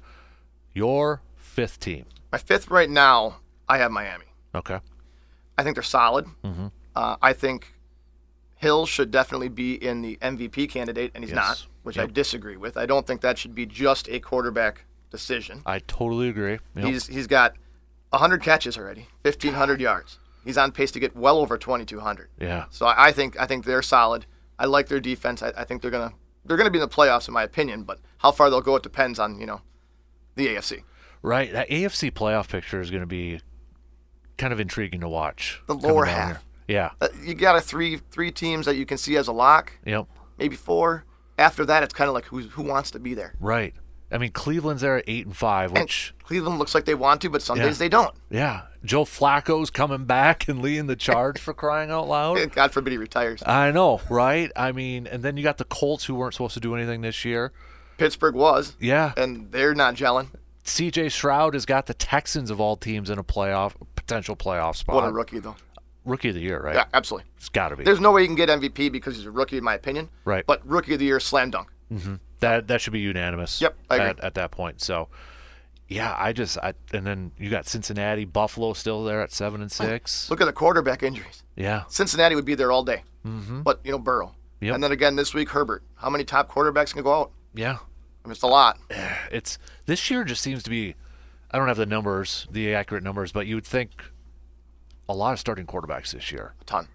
Speaker 1: Your fifth team.
Speaker 2: My fifth right now, I have Miami.
Speaker 1: Okay.
Speaker 2: I think they're solid.
Speaker 1: Mm-hmm.
Speaker 2: Uh, I think Hill should definitely be in the MVP candidate, and he's
Speaker 1: Yes.
Speaker 2: not, which I disagree with. I don't think that should be just a quarterback decision.
Speaker 1: I totally agree. Yep.
Speaker 2: He's he's got 100 catches already, 1500 yards. He's on pace to get well over 2200.
Speaker 1: yeah.
Speaker 2: So I, I think I think they're solid. I like their defense. I, I think they're gonna they're gonna be in the playoffs in my opinion, but how far they'll go it depends on you know the AFC.
Speaker 1: Right. That AFC playoff picture is going to be kind of intriguing to watch.
Speaker 2: The
Speaker 1: coming
Speaker 2: lower
Speaker 1: down
Speaker 2: half.
Speaker 1: here.
Speaker 2: Uh, you got a three three teams that you can see as a lock,
Speaker 1: Yeah. Yep.
Speaker 2: maybe four. After that, it's kind of like who's, who wants to be there.
Speaker 1: Right. I mean, Cleveland's there at eight and five,
Speaker 2: And
Speaker 1: which
Speaker 2: Cleveland looks like they want to, but some
Speaker 1: Yeah.
Speaker 2: days they don't.
Speaker 1: yeah, Joe Flacco's coming back and leading the charge for crying out loud.
Speaker 2: God forbid he retires.
Speaker 1: I know, right? I mean, and then you got the Colts who weren't supposed to do anything this year.
Speaker 2: Pittsburgh was,
Speaker 1: Yeah,
Speaker 2: and they're not gelling.
Speaker 1: C.J. Stroud has got the Texans of all teams in a playoff potential playoff spot.
Speaker 2: What a rookie, though.
Speaker 1: Rookie of the year, right?
Speaker 2: Yeah, absolutely.
Speaker 1: It's got to be
Speaker 2: There's no way you can get MVP because he's a rookie, in my opinion.
Speaker 1: Right.
Speaker 2: But rookie of the year, slam dunk.
Speaker 1: that. That should be unanimous.
Speaker 2: Yep, I agree.
Speaker 1: At, at that point, so yeah, I just I and then you got Cincinnati, Buffalo still there at seven and six.
Speaker 2: Look at the quarterback injuries.
Speaker 1: Yeah,
Speaker 2: Cincinnati would be there all day. Mm-hmm. But, you know, Burrow.
Speaker 1: Yep.
Speaker 2: And then again this week, Herbert. How many top quarterbacks can go out?
Speaker 1: yeah.
Speaker 2: I mean, it's a lot.
Speaker 1: it's this year just seems to be I don't have the numbers, the accurate numbers, but you would think a lot of starting quarterbacks this year.
Speaker 2: A ton.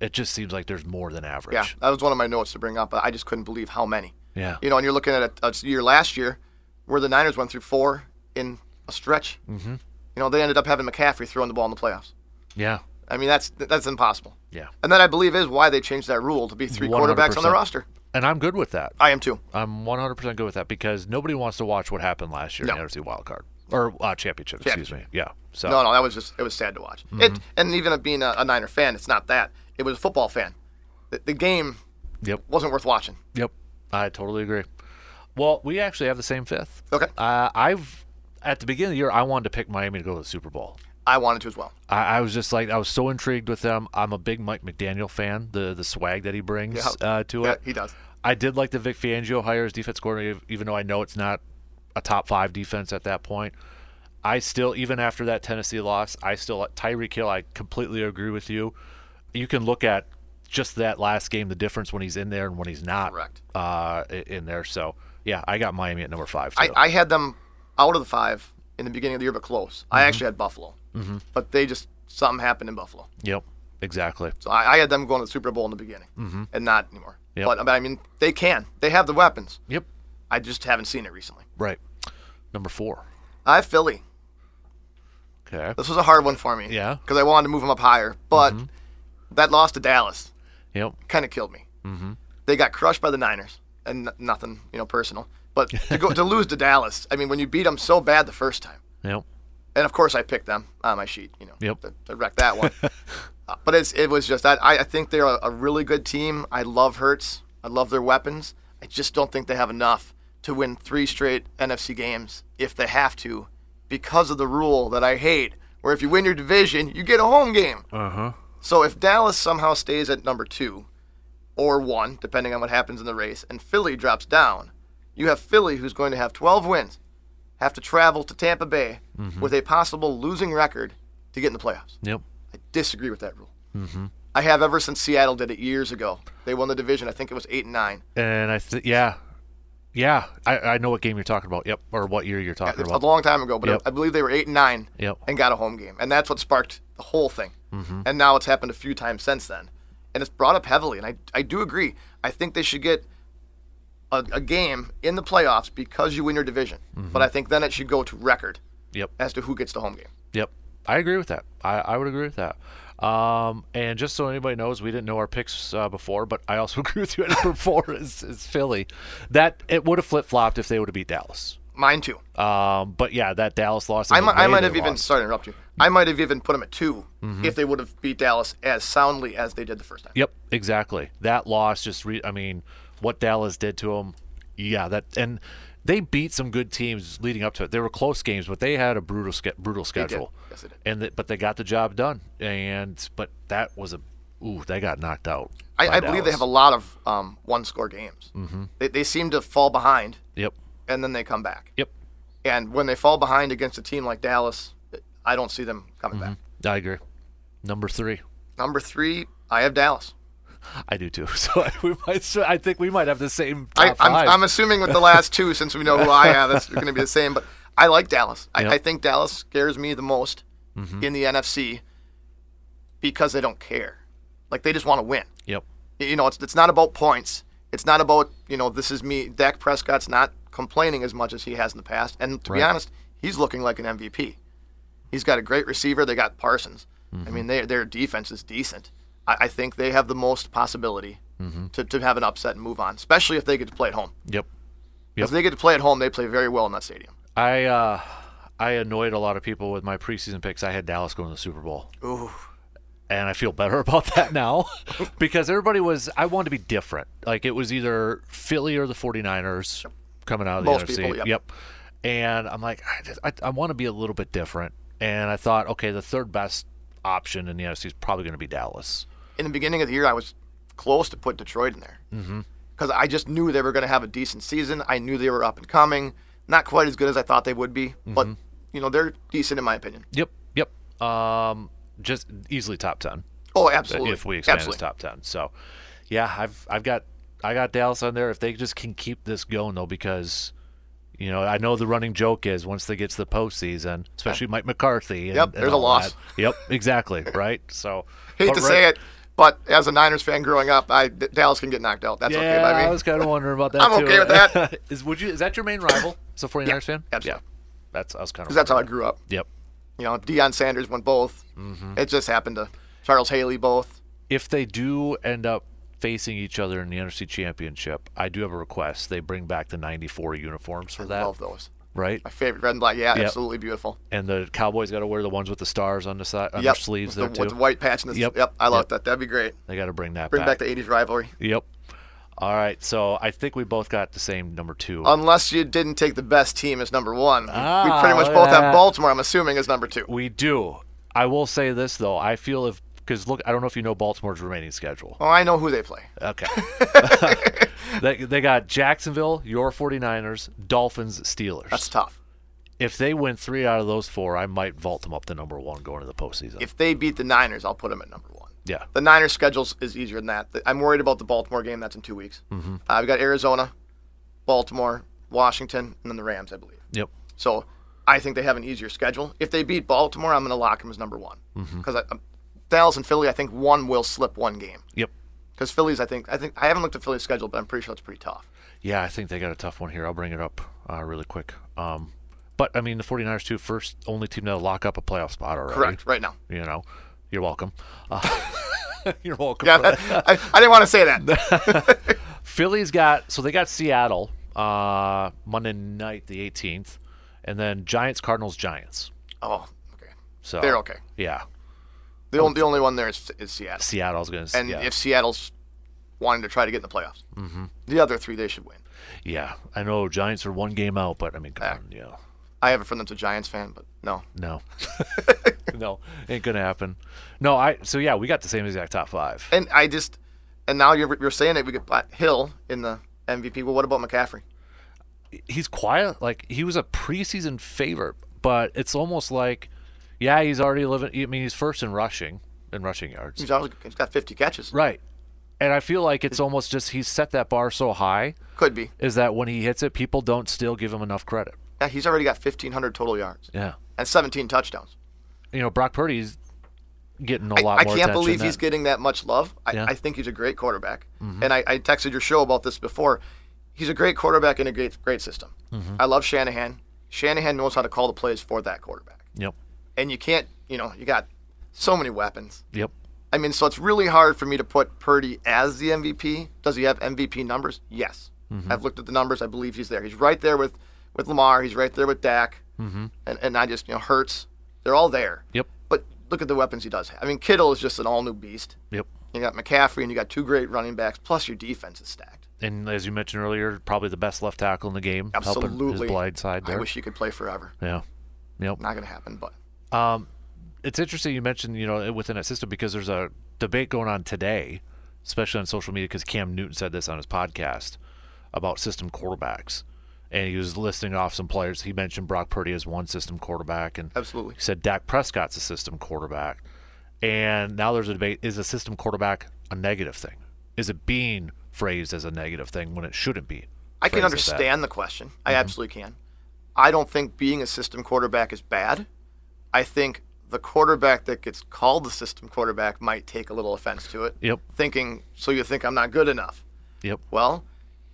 Speaker 1: It just seems like there's more than average.
Speaker 2: Yeah, that was one of my notes to bring up. I just couldn't believe how many.
Speaker 1: Yeah.
Speaker 2: You know, and you're looking at a, a year last year where the Niners went through four in a stretch. Mm-hmm. You know, they ended up having McCaffrey throwing the ball in the playoffs.
Speaker 1: Yeah.
Speaker 2: I mean, that's that's impossible.
Speaker 1: Yeah.
Speaker 2: And that I believe is why they changed that rule to be three quarterbacks on the
Speaker 1: 100%.
Speaker 2: roster.
Speaker 1: And I'm good with that.
Speaker 2: I am too.
Speaker 1: I'm 100% good with that because nobody wants to watch what happened last year in
Speaker 2: No.
Speaker 1: the NFC wild card or uh, championship, excuse me. Yeah. So
Speaker 2: No, no, that was just it was sad to watch. It and even of being a, a Niner fan, it's not that. It was a football fan. The, the game
Speaker 1: Yep.
Speaker 2: wasn't worth watching.
Speaker 1: Yep. I totally agree. Well, we actually have the same fifth.
Speaker 2: Okay,
Speaker 1: Uh, I've at the beginning of the year I wanted to pick Miami to go to the Super Bowl.
Speaker 2: I wanted to as well.
Speaker 1: I, I was just like I was so intrigued with them. I'm a big Mike McDaniel fan. The the swag that he brings
Speaker 2: Yeah.
Speaker 1: uh, to
Speaker 2: Yeah,
Speaker 1: it.
Speaker 2: he does.
Speaker 1: I did like the Vic Fangio hire as defense coordinator, e-, even though I know it's not a top five defense at that point. I still, even after that Tennessee loss, I still Tyreek Hill. I completely agree with you. You can look at just that last game, the difference when he's in there and when he's not
Speaker 2: Correct.
Speaker 1: uh, i- in there. So yeah, I got Miami at number five. Too.
Speaker 2: I, I had them out of the five in the beginning of the year, but close. I actually had Buffalo, mm-hmm. but they just something happened in Buffalo,
Speaker 1: yep, exactly.
Speaker 2: so I, I had them going to the Super Bowl in the beginning, mm-hmm. and not anymore.
Speaker 1: Yep.
Speaker 2: But, but I mean, they can. They have the weapons.
Speaker 1: Yep,
Speaker 2: I just haven't seen it recently.
Speaker 1: right. Number four.
Speaker 2: I have Philly.
Speaker 1: Okay.
Speaker 2: This was a hard one for me.
Speaker 1: Yeah.
Speaker 2: Because I wanted to move them up higher, but that loss to Dallas
Speaker 1: Yep.
Speaker 2: kind of killed me. Mm-hmm. They got crushed by the Niners, and n- nothing, you know, personal. But to go to lose to Dallas, I mean, when you beat them so bad the first time,
Speaker 1: Yep.
Speaker 2: and of course I picked them on my sheet, you know,
Speaker 1: Yep.
Speaker 2: to, to wreck that one. Uh, but it's it was just I I I think they're a, a really good team. I love Hertz. I love their weapons. I just don't think they have enough to win three straight NFC games if they have to, because of the rule that I hate, where if you win your division, you get a home game.
Speaker 1: Uh huh.
Speaker 2: So if Dallas somehow stays at number two or one, depending on what happens in the race, and Philly drops down, you have Philly who's going to have 12 wins, have to travel to Tampa Bay with a possible losing record to get in the playoffs.
Speaker 1: Yep.
Speaker 2: I disagree with that rule. Mm-hmm. I have ever since Seattle did it years ago. They won the division. I think it was eight and nine.
Speaker 1: And I th- yeah, yeah, I, I know what game you're talking about. Yep, or what year you're talking
Speaker 2: It's a
Speaker 1: about.
Speaker 2: long time ago, but
Speaker 1: Yep.
Speaker 2: I believe they were eight and nine
Speaker 1: Yep.
Speaker 2: and got a home game, and that's what sparked the whole thing.
Speaker 1: Mm-hmm.
Speaker 2: And now it's happened a few times since then, and it's brought up heavily. And I, I do agree. I think they should get a, a game in the playoffs because you win your division.
Speaker 1: Mm-hmm.
Speaker 2: But I think then it should go to record
Speaker 1: Yep,
Speaker 2: as to who gets the home game.
Speaker 1: yep. I agree with that. I, I would agree with that. Um, and just so anybody knows, we didn't know our picks uh, before, but I also agree with you at number four is, is Philly. That it would have flip flopped if they would have beat Dallas.
Speaker 2: Mine too.
Speaker 1: Um, but yeah, that Dallas loss. and
Speaker 2: I
Speaker 1: the
Speaker 2: might, I
Speaker 1: way
Speaker 2: might
Speaker 1: they Mm-hmm.
Speaker 2: have even
Speaker 1: lost.
Speaker 2: sorry to interrupt you. I might have even put them at 2 if they would have beat Dallas as soundly as they did the first time.
Speaker 1: Yep, exactly. That loss just re- I mean, what Dallas did to them. Yeah, that and they beat some good teams leading up to it. They were close games, but they had a brutal ske- brutal schedule.
Speaker 2: Yes, they did.
Speaker 1: And th- but they got the job done. And but that was a ooh, they got knocked out.
Speaker 2: I,
Speaker 1: by
Speaker 2: I believe they
Speaker 1: Dallas.
Speaker 2: have a lot of um, one-score games. Mm-hmm. They, they seem to fall behind
Speaker 1: Yep.
Speaker 2: and then they come back.
Speaker 1: Yep.
Speaker 2: And when they fall behind against a team like Dallas, I don't see them coming back.
Speaker 1: I agree. Number 3.
Speaker 2: Number three, I have Dallas.
Speaker 1: I do too. So we might so I think we might have the same
Speaker 2: I,
Speaker 1: top
Speaker 2: I'm,
Speaker 1: 5.
Speaker 2: I'm assuming with the last two, since we know who I have, it's going to be the same. But I like Dallas. I,
Speaker 1: Yeah.
Speaker 2: I think Dallas scares me the most in the NFC because they don't care. Like they just want to win.
Speaker 1: yep.
Speaker 2: You know, it's it's not about points. It's not about you know this is me. Dak Prescott's not complaining as much as he has in the past. And to be
Speaker 1: Right.
Speaker 2: honest, he's looking like an MVP. He's got a great receiver. They got Parsons.
Speaker 1: Mm-hmm.
Speaker 2: I mean, they, their defense is decent. I, I think they have the most possibility
Speaker 1: Mm-hmm.
Speaker 2: to, to have an upset and move on, especially if they get to play at home.
Speaker 1: Yep. Yep.
Speaker 2: If they get to play at home, they play very well in that stadium.
Speaker 1: I uh, I annoyed a lot of people with my preseason picks. I had Dallas going to the Super Bowl.
Speaker 2: Ooh.
Speaker 1: and I feel better about that now because everybody was I wanted to be different. Like it was either Philly or the 49ers coming out of the
Speaker 2: Most
Speaker 1: NFC.
Speaker 2: people, yep.
Speaker 1: And I'm like I just I, I want to be a little bit different. And I thought okay, the third best option in the NFC is probably going to be Dallas.
Speaker 2: in the beginning of the year, I was close to put Detroit in there
Speaker 1: Mm-hmm.
Speaker 2: because I just knew they were going to have a decent season. I knew they were up and coming, not quite as good as I thought they would be, but
Speaker 1: Mm-hmm.
Speaker 2: you know they're decent in my opinion.
Speaker 1: Yep. Yep. Um just easily top 10.
Speaker 2: Oh, absolutely.
Speaker 1: if we expand this
Speaker 2: absolutely.
Speaker 1: top ten. So, yeah, I've I've got I got Dallas on there. If they just can keep this going though, because you know I know the running joke is once they get to the postseason, especially Mike McCarthy. And,
Speaker 2: Yep,
Speaker 1: and
Speaker 2: there's a
Speaker 1: all
Speaker 2: loss.
Speaker 1: that. Yep, exactly. right. So
Speaker 2: Hate to say it, but as a Niners fan growing up, I D- Dallas can get knocked out. That's
Speaker 1: Yeah,
Speaker 2: okay by me.
Speaker 1: I was kind of wondering about that.
Speaker 2: I'm
Speaker 1: too.
Speaker 2: okay with that.
Speaker 1: is would you is that your main rival? Is a 49ers fan?
Speaker 2: absolutely.
Speaker 1: Yeah, that's I was kind of.
Speaker 2: 'Cause that's how I grew up.
Speaker 1: Yep.
Speaker 2: You know, Deion Sanders won both.
Speaker 1: Mm-hmm.
Speaker 2: It just happened to Charles Haley both.
Speaker 1: If they do end up facing each other in the NFC Championship, I do have a request. They bring back the '94 uniforms for that,
Speaker 2: Love those.
Speaker 1: right?
Speaker 2: My favorite red and black. Yeah,
Speaker 1: Yep.
Speaker 2: absolutely beautiful.
Speaker 1: and the Cowboys got to wear the ones with the stars on the side on
Speaker 2: Yep.
Speaker 1: their sleeves
Speaker 2: with
Speaker 1: there
Speaker 2: the,
Speaker 1: too.
Speaker 2: With the white patch. And the,
Speaker 1: Yep.
Speaker 2: yep. I love
Speaker 1: Yep.
Speaker 2: that. That'd be great.
Speaker 1: they got to bring that
Speaker 2: Bring back the '80s rivalry.
Speaker 1: yep. All right, so I think we both got the same number two.
Speaker 2: Unless you didn't take the best team as number one. We-
Speaker 1: Ah,
Speaker 2: we pretty much
Speaker 1: look
Speaker 2: both
Speaker 1: at that.
Speaker 2: have Baltimore, I'm assuming, as number two.
Speaker 1: we do. I will say this though. I feel if because look, I don't know if you know Baltimore's remaining schedule.
Speaker 2: Oh, I know who they play.
Speaker 1: Okay. they, they got Jacksonville, your 49ers, Dolphins, Steelers.
Speaker 2: That's tough.
Speaker 1: if they win three out of those four, I might vault them up to number one going to the postseason.
Speaker 2: If they beat the Niners, I'll put them at number one.
Speaker 1: yeah.
Speaker 2: The Niners' schedule is easier than that. The- I'm worried about the Baltimore game. That's in two weeks. Mm-hmm. Uh, we got Arizona, Baltimore, Washington, and then the Rams, I believe.
Speaker 1: Yep.
Speaker 2: So I think they have an easier schedule. If they beat Baltimore, I'm going to lock them as number one
Speaker 1: Mm-hmm.
Speaker 2: because Dallas and Philly, I think one will slip one game
Speaker 1: Yep.
Speaker 2: because Philly's. I think I think I haven't looked at Philly's schedule, but I'm pretty sure it's pretty tough.
Speaker 1: Yeah, I think they got a tough one here. I'll bring it up uh, really quick. Um, but I mean, the 49ers too, first only team to lock up a playoff spot already.
Speaker 2: Correct. Right now.
Speaker 1: You know, you're welcome. Uh, you're welcome.
Speaker 2: Yeah,
Speaker 1: for that.
Speaker 2: that- I, I didn't want to say that.
Speaker 1: Philly's got so they got Seattle uh, Monday night, the 18th, and then Giants, Cardinals, Giants.
Speaker 2: Oh, okay.
Speaker 1: So
Speaker 2: They're okay.
Speaker 1: Yeah,
Speaker 2: The, on- the only one there is, is Seattle.
Speaker 1: Seattle's gonna.
Speaker 2: And
Speaker 1: yeah.
Speaker 2: if Seattle's wanting to try to get in the playoffs, mm-hmm. the other three they should win.
Speaker 1: yeah, I know Giants are one game out, but I mean, come
Speaker 2: Ah.
Speaker 1: on, yeah.
Speaker 2: I have a friend that's a Giants fan, but no.
Speaker 1: No, no, ain't gonna happen. No, I. So yeah, we got the same exact top five.
Speaker 2: And I just, and now you're, you're saying it. We could put Hill in the MVP. Well, what about McCaffrey?
Speaker 1: he's quiet. Like he was a preseason favorite, but it's almost like, yeah, he's already living. I mean, he's first in rushing in rushing yards,
Speaker 2: He's, always, he's got 50 catches.
Speaker 1: right? And I feel like it's almost just he's set that bar so high
Speaker 2: Could be.
Speaker 1: is that when he hits it, people don't still give him enough credit.
Speaker 2: Yeah, he's already got 1,500 total yards
Speaker 1: Yeah,
Speaker 2: and 17 touchdowns.
Speaker 1: you know, Brock Purdy's getting a
Speaker 2: I,
Speaker 1: lot
Speaker 2: I
Speaker 1: more.
Speaker 2: can't
Speaker 1: attention
Speaker 2: believe
Speaker 1: than-
Speaker 2: he's getting that much love. I,
Speaker 1: Yeah. Mm-hmm.
Speaker 2: I think he's a great quarterback. And I, I texted your show about this before. He's a great quarterback in a great great system.
Speaker 1: Mm-hmm.
Speaker 2: I love Shanahan. Shanahan knows how to call the plays for that quarterback.
Speaker 1: Yep,
Speaker 2: And you can't, you know, you got so many weapons.
Speaker 1: yep,
Speaker 2: I mean, so it's really hard for me to put Purdy as the MVP. Does he have MVP numbers? Yes. I've looked at the numbers. I believe he's there. He's right there with, with Lamar. He's right there with Dak. Mm-hmm. And, and I just, you know, Hurts. They're all there.
Speaker 1: yep,
Speaker 2: But look at the weapons he does have. I mean, Kittle is just an all new beast.
Speaker 1: yep.
Speaker 2: You got McCaffrey and you got two great running backs, plus your defense is stacked.
Speaker 1: And as you mentioned earlier, probably the best left tackle in the game, helping his
Speaker 2: Absolutely.
Speaker 1: blind side
Speaker 2: I
Speaker 1: there.
Speaker 2: wish you could play forever.
Speaker 1: yeah, yep.
Speaker 2: Not going to happen, but
Speaker 1: it's interesting you mentioned you know within that system because there's a debate going on today especially on social media because cam newton said this on his podcast about system quarterbacks and he was listing off some players he mentioned brock purdy as one system quarterback and
Speaker 2: absolutely.
Speaker 1: he said dak prescott's a system quarterback and now there's a debate is a system quarterback a negative thing is it being phrased as a negative thing when it shouldn't be
Speaker 2: I can
Speaker 1: phrased as that?
Speaker 2: understand the question. I absolutely can. I don't think being a system quarterback is bad. I think the quarterback that gets called the system quarterback might take a little offense to it,
Speaker 1: yep
Speaker 2: thinking, so you think I'm not good enough.
Speaker 1: yep
Speaker 2: Well,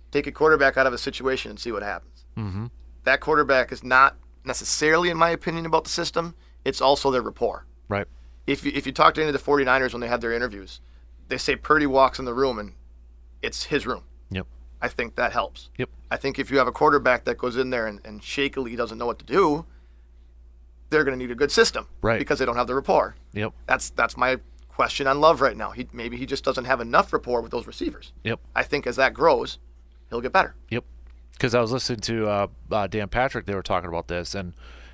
Speaker 2: take a quarterback out of a situation and see what happens. Mm-hmm. That quarterback is not necessarily, in my opinion, about the system. It's also their rapport.
Speaker 1: Right.
Speaker 2: If you, if you talk to any of the 49ers when they had their interviews, they say Purdy walks in the room and it's his room.
Speaker 1: Yep.
Speaker 2: I think that helps.
Speaker 1: Yep.
Speaker 2: I think if you have a quarterback that goes in there and, and shakily doesn't know what to do, they're going to need a good system,
Speaker 1: Right.
Speaker 2: Because they don't have the rapport.
Speaker 1: Yep.
Speaker 2: That's that's my question on Love right now. He maybe he just doesn't have enough rapport with those receivers.
Speaker 1: Yep.
Speaker 2: I think as that grows, he'll get better.
Speaker 1: Yep. Because I was listening to uh, uh, Dan Patrick, they were talking about this, and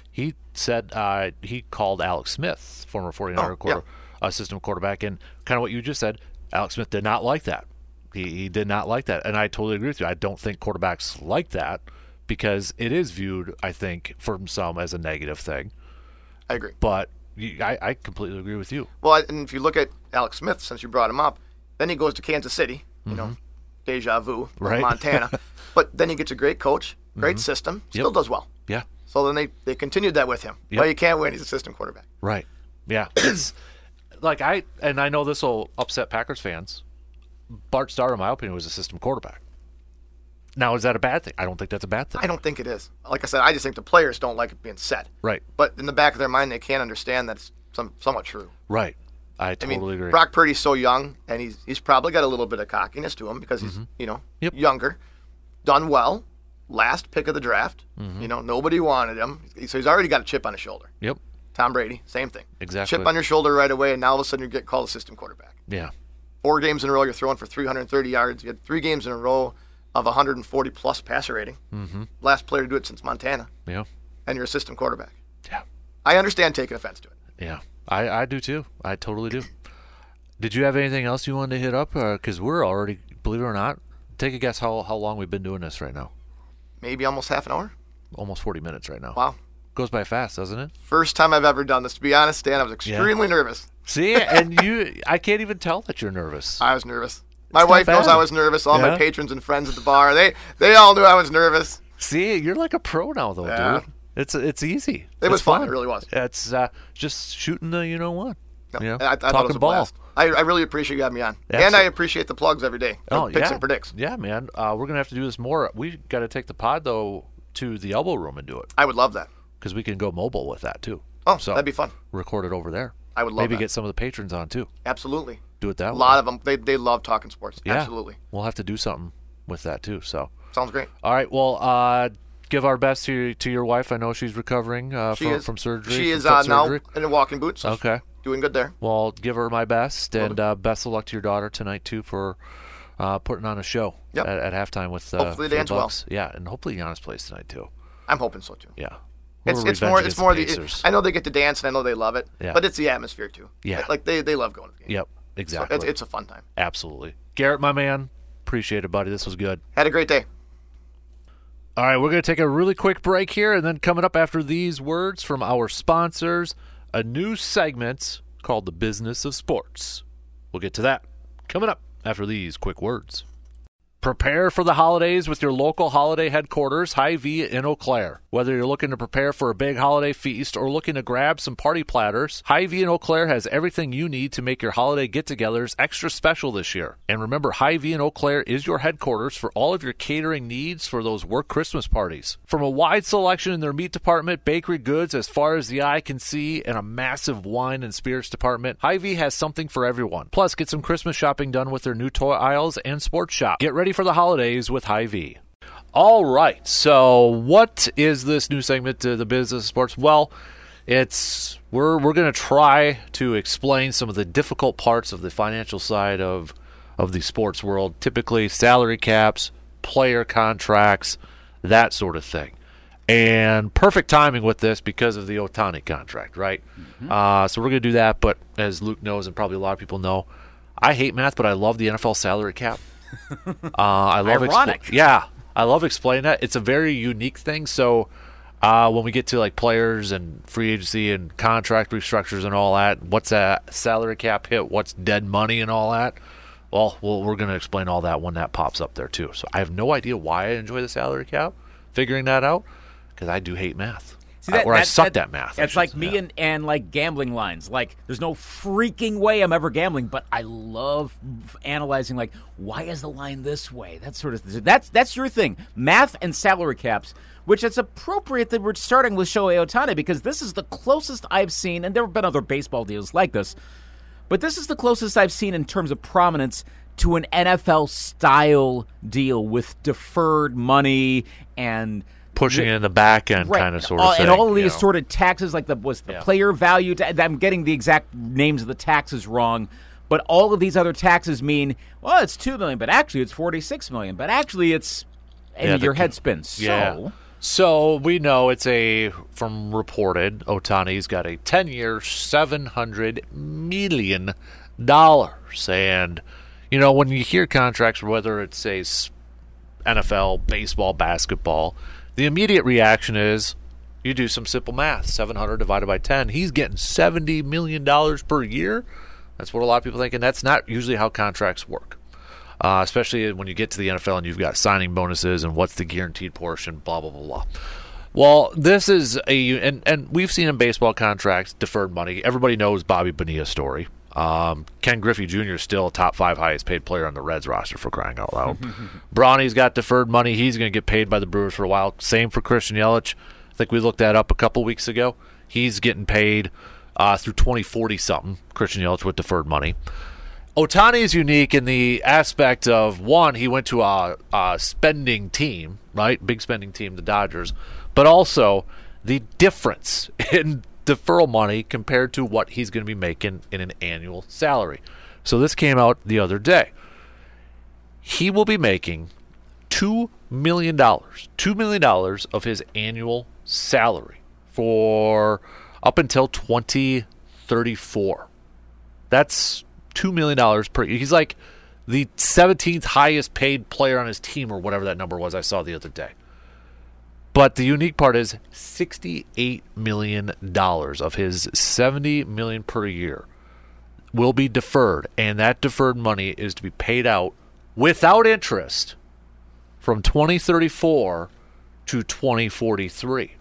Speaker 1: he said uh, he called Alex Smith, former 49er
Speaker 2: Oh,
Speaker 1: quarter, uh, system quarterback, and kind of what you just said, Alex Smith did not like that. He, he did not like that. And I totally agree with you. I don't think quarterbacks like that because it is viewed, I think, from some as a negative thing.
Speaker 2: I agree.
Speaker 1: But you, I, I completely agree with you.
Speaker 2: Well, I- and if you look at Alex Smith, since you brought him up, then he goes to Kansas City, you know, deja vu,
Speaker 1: Mm-hmm. Right. Mm-hmm.
Speaker 2: Montana. but then he gets a great coach, great system, still does well.
Speaker 1: Yeah.
Speaker 2: So then they, they continued that with him.
Speaker 1: Yep.
Speaker 2: Well, you can't win. He's a system quarterback.
Speaker 1: Right. Yeah. It's like I and I know this will upset Packers fans. Bart Starr, in my opinion, was a system quarterback. Now is that a bad thing? I don't think that's a bad thing.
Speaker 2: I don't think it is. Like I said, I just think the players don't like it being said.
Speaker 1: Right.
Speaker 2: But in the back of their mind, they can't understand that's some, somewhat true.
Speaker 1: Right. I
Speaker 2: I mean,
Speaker 1: totally agree.
Speaker 2: Brock Purdy's so young, and he's he's probably got a little bit of cockiness to him because he's you know
Speaker 1: Mm-hmm. Yep.
Speaker 2: younger, done well, last pick of the draft.
Speaker 1: Mm-hmm.
Speaker 2: You know, nobody wanted him, so he's already got a chip on his shoulder.
Speaker 1: yep.
Speaker 2: Tom Brady, same thing.
Speaker 1: Exactly.
Speaker 2: Chip on your shoulder right away, and now all of a sudden you get called a system quarterback.
Speaker 1: Yeah.
Speaker 2: Four games in a row, you're throwing for 330 yards. You had three games in a row of 140 plus passer rating. Mm-hmm. Last player to do it since Montana,
Speaker 1: Yeah.
Speaker 2: and you're a system quarterback.
Speaker 1: Yeah.
Speaker 2: I understand taking offense to it.
Speaker 1: Yeah. I, I do too. I totally do. Did you have anything else you wanted to hit up? Because we're already, believe it or not, take a guess how, how long we've been doing this right now.
Speaker 2: Maybe almost half an hour.
Speaker 1: Almost 40 minutes right now.
Speaker 2: Wow.
Speaker 1: Goes by fast, doesn't it?
Speaker 2: First time I've ever done this. To be honest, Dan, I was extremely nervous.
Speaker 1: See, and you, I can't even tell that you're nervous.
Speaker 2: I was nervous. My
Speaker 1: not
Speaker 2: wife knows
Speaker 1: bad.
Speaker 2: I was nervous. All
Speaker 1: Yeah.
Speaker 2: my patrons and friends at the bar, they they all knew I was nervous.
Speaker 1: See, you're like a pro now, though,
Speaker 2: Yeah.
Speaker 1: dude. It's it's easy.
Speaker 2: It
Speaker 1: It's
Speaker 2: was fun. It really was.
Speaker 1: It's uh, just shooting the you know what.
Speaker 2: No,
Speaker 1: you know,
Speaker 2: and I, I thought it
Speaker 1: talking
Speaker 2: was a
Speaker 1: ball.
Speaker 2: blast. I, I really appreciate you having me on, and I
Speaker 1: Absolutely.
Speaker 2: appreciate the plugs every day.
Speaker 1: Oh
Speaker 2: picks
Speaker 1: yeah,
Speaker 2: and predicts.
Speaker 1: Yeah, man. Uh, we're gonna have to do this more. We got to take the pod though to the elbow room and do it
Speaker 2: I would love that.
Speaker 1: because we can go mobile with that too.
Speaker 2: Oh,
Speaker 1: so
Speaker 2: that'd be fun.
Speaker 1: Record it over there.
Speaker 2: I would love
Speaker 1: Maybe
Speaker 2: that.
Speaker 1: get some of the patrons on too.
Speaker 2: Absolutely.
Speaker 1: Do it that
Speaker 2: A
Speaker 1: way.
Speaker 2: lot of them, they, they love talking sports.
Speaker 1: Yeah.
Speaker 2: Absolutely.
Speaker 1: We'll have to do something with that too. So.
Speaker 2: Sounds great.
Speaker 1: All right. Well, uh, give our best to to your wife. I know she's recovering uh,
Speaker 2: She
Speaker 1: from,
Speaker 2: is
Speaker 1: from surgery.
Speaker 2: She
Speaker 1: from
Speaker 2: is
Speaker 1: foot
Speaker 2: uh, now
Speaker 1: surgery.
Speaker 2: in a walking boot. So she's
Speaker 1: Okay.
Speaker 2: Doing good there.
Speaker 1: Well, give her my best and uh, best of luck to your daughter tonight too for uh, putting on a show
Speaker 2: Yep.
Speaker 1: at, at halftime with uh,
Speaker 2: Hopefully
Speaker 1: for
Speaker 2: they
Speaker 1: the
Speaker 2: ends well.
Speaker 1: Bucks. Yeah, and hopefully Giannis plays tonight too.
Speaker 2: I'm hoping so too.
Speaker 1: Yeah,
Speaker 2: It's,
Speaker 1: Little revenge
Speaker 2: it's more
Speaker 1: against
Speaker 2: it's more the,
Speaker 1: Pacers.
Speaker 2: I know they get to dance and I know they love it,
Speaker 1: Yeah.
Speaker 2: but it's the atmosphere too.
Speaker 1: Yeah.
Speaker 2: like they, they love going to the game.
Speaker 1: yep,
Speaker 2: So
Speaker 1: exactly,
Speaker 2: it's, it's a fun time.
Speaker 1: absolutely. Garrett, my man, appreciate it, buddy. This was good.
Speaker 2: Had a great day.
Speaker 1: All right, we're going to take a really quick break here, and then coming up after these words from our sponsors, a new segment called The Business of Sports. We'll get to that coming up after these quick words. Prepare for the holidays with your local holiday headquarters, Hy-Vee in Eau Claire. Whether you're looking to prepare for a big holiday feast or looking to grab some party platters, Hy-Vee in Eau Claire has everything you need to make your holiday get-togethers extra special this year. And remember, Hy-Vee in Eau Claire is your headquarters for all of your catering needs for those work Christmas parties. From a wide selection in their meat department, bakery goods as far as the eye can see, and a massive wine and spirits department, Hy-Vee has something for everyone. Plus, get some Christmas shopping done with their new toy aisles and sports shop. Get ready for the holidays with Hy-Vee. All right. So, what is this new segment to the business of sports? Well, it's we're we're going to try to explain some of the difficult parts of the financial side of of the sports world, typically salary caps, player contracts, that sort of thing. And perfect timing with this because of the Otani contract, right? Uh, so we're going to do that. But as Luke knows, and probably a lot of people know, I hate math, but I love the NFL salary cap. Uh, I love expl-
Speaker 3: Ironic.
Speaker 1: yeah, I love explaining that. It's a very unique thing. So uh, when we get to like players and free agency and contract restructures and all that, what's a salary cap hit? What's dead money and all that? Well, well, we're going to explain all that when that pops up there too. So I have no idea why I enjoy the salary cap. Figuring that out because I do hate math. uh, where I sucked at math. I
Speaker 3: It's
Speaker 1: should
Speaker 3: like
Speaker 1: say,
Speaker 3: me
Speaker 1: yeah.
Speaker 3: and, and like gambling lines. Like, there's no freaking way I'm ever gambling, but I love f- analyzing. Like, why is the line this way? That sort of thing. That's that's your thing. Math and salary caps, which it's appropriate that we're starting with Shohei Otani because this is the closest I've seen, and there have been other baseball deals like this, but this is the closest I've seen in terms of prominence to an NFL style deal with deferred money and
Speaker 1: pushing it in the back end
Speaker 3: right.
Speaker 1: kind of
Speaker 3: and
Speaker 1: sort
Speaker 3: all,
Speaker 1: of thing.
Speaker 3: and all of
Speaker 1: you
Speaker 3: these
Speaker 1: know.
Speaker 3: sort of taxes, like the was the player value. Ta- I'm getting the exact names of the taxes wrong, but all of these other taxes mean well, it's two million, but actually it's forty six million, but actually it's and
Speaker 1: Yeah, the
Speaker 3: your
Speaker 1: ca-
Speaker 3: head spins. So
Speaker 1: Yeah. So we know it's a from reported Otani's got a 10 year 700 million dollars and you know when you hear contracts whether it's a s- NFL, baseball, basketball, the immediate reaction is you do some simple math 700 divided by 10. He's getting $70 million per year. That's what a lot of people think, and that's not usually how contracts work. Uh, especially when you get to the NFL and you've got signing bonuses and what's the guaranteed portion, blah blah blah blah. Well, this is a and and we've seen in baseball contracts deferred money. Everybody knows Bobby Bonilla's story. Um, Ken Griffey Jr. is still a top five highest paid player on the Reds roster for crying out loud. Bronny's got deferred money. He's going to get paid by the Brewers for a while. Same for Christian Yelich. I think we looked that up a couple weeks ago. He's getting paid uh, through 2040 something. Christian Yelich with deferred money. Otani is unique in the aspect of one, he went to a, a spending team, right? Big spending team, the Dodgers, but also the difference in deferral money compared to what he's going to be making in an annual salary. So this came out the other day. He will be making two million dollars, two million dollars of his annual salary for up until 2034. That's two million dollars per. year. He's like the seventeenth highest paid player on his team, or whatever that number was. I saw the other day. But the unique part is sixty-eight million dollars of his seventy million per year will be deferred, and that deferred money is to be paid out without interest from twenty thirty-four to twenty forty-three.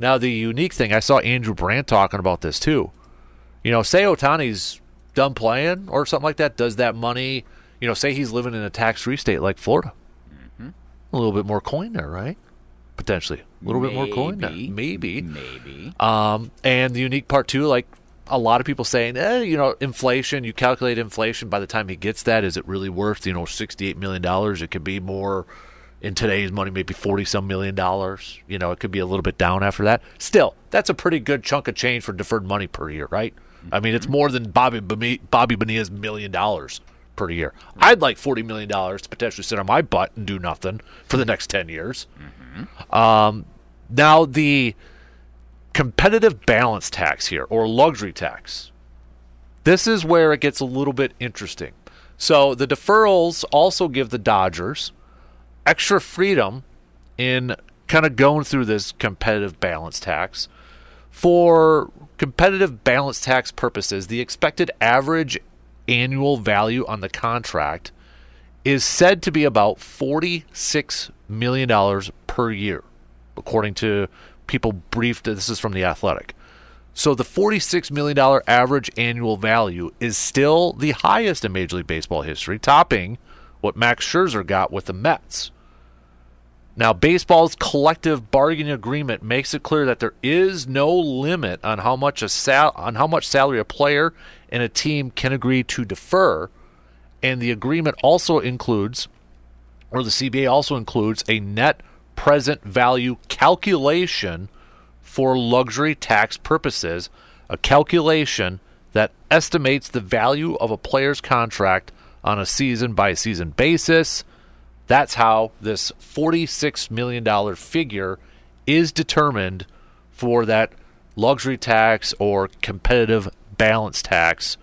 Speaker 1: Now, the unique thing I saw Andrew Brandt talking about this too you know, say Otani's done playing or something like that, does that money, you know, say he's living in a tax free state like Florida, a little bit more coin there, right? Potentially, a little bit more coin there,
Speaker 3: Maybe. Mm-hmm.
Speaker 1: maybe.
Speaker 3: maybe
Speaker 1: Um, and the unique part too, like a lot of people saying, eh, you know, inflation. You calculate inflation by the time he gets that. Is it really worth you know sixty-eight million dollars? It could be more in today's money, maybe forty-some million dollars. You know, it could be a little bit down after that. Still, that's a pretty good chunk of change for deferred money per year, right? I mean, it's more than Bobby Boni- Bobby Bonilla's million dollars per year. I'd like forty million dollars to potentially sit on my butt and do nothing for the next ten years. Um, now the competitive balance tax here or luxury tax. This is where it gets a little bit interesting. So the deferrals also give the Dodgers extra freedom in kind of going through this competitive balance tax. For competitive balance tax purposes, the expected average annual value on the contract is said to be about $46 million per year, according to people briefed. This is from The Athletic. So the $46 million average annual value is still the highest in Major League Baseball history, topping what Max Scherzer got with the Mets. Now, baseball's collective bargaining agreement makes it clear that there is no limit on how much a sal- on how much salary a player and a team can agree to defer, and the agreement also includes or the CBA also includes a net present value calculation for luxury tax purposes, a calculation that estimates the value of a player's contract on a season by season basis. That's how this $46 million figure is determined for that luxury tax or competitive balance tax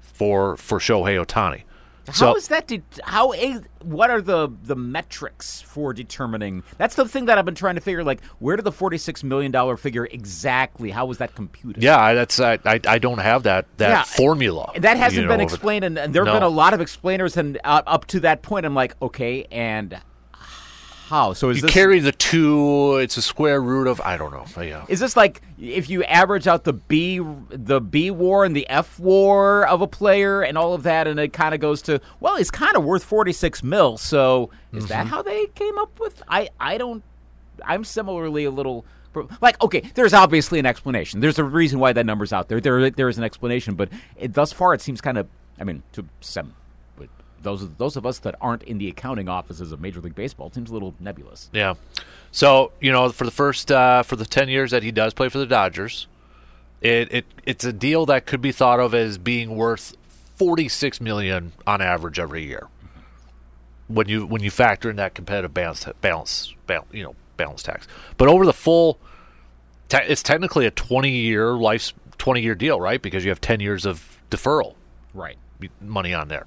Speaker 1: for for Shohei Otani.
Speaker 3: how is that? De- how is what are the the metrics for determining? That's the thing that I've been trying to figure. Like, where did the forty six million dollar figure exactly? How was that computed?
Speaker 1: Yeah, I- that's I, I. I don't have that that
Speaker 3: Yeah,
Speaker 1: formula.
Speaker 3: And that
Speaker 1: you
Speaker 3: hasn't
Speaker 1: know,
Speaker 3: been
Speaker 1: of it.
Speaker 3: explained, and, and there have
Speaker 1: No.
Speaker 3: been a lot of explainers, and uh, up to that point, I'm like, okay, and how? So is
Speaker 1: You
Speaker 3: this
Speaker 1: carry the two. It's a square root of I don't know. Yeah.
Speaker 3: is this like if you average out the B the B war and the F war of a player and all of that, and it kind of goes to well, it's kind of worth forty six mil. So is that how they came up with? I I don't. I'm similarly a little like okay. There's obviously an explanation. There's a reason why that number's out there. There there is an explanation, but it, thus far it seems kind of. I mean, to some, but those those of us that aren't in the accounting offices of Major League Baseball, it seems a little nebulous.
Speaker 1: Yeah. So you know, for the first uh, for the ten years that he does play for the Dodgers, it, it it's a deal that could be thought of as being worth forty six million on average every year. When you when you factor in that competitive balance balance, balance you know balance tax, but over the full, te- it's technically a twenty year life's twenty year deal, right? Because you have ten years of deferral
Speaker 3: Right.
Speaker 1: money on there.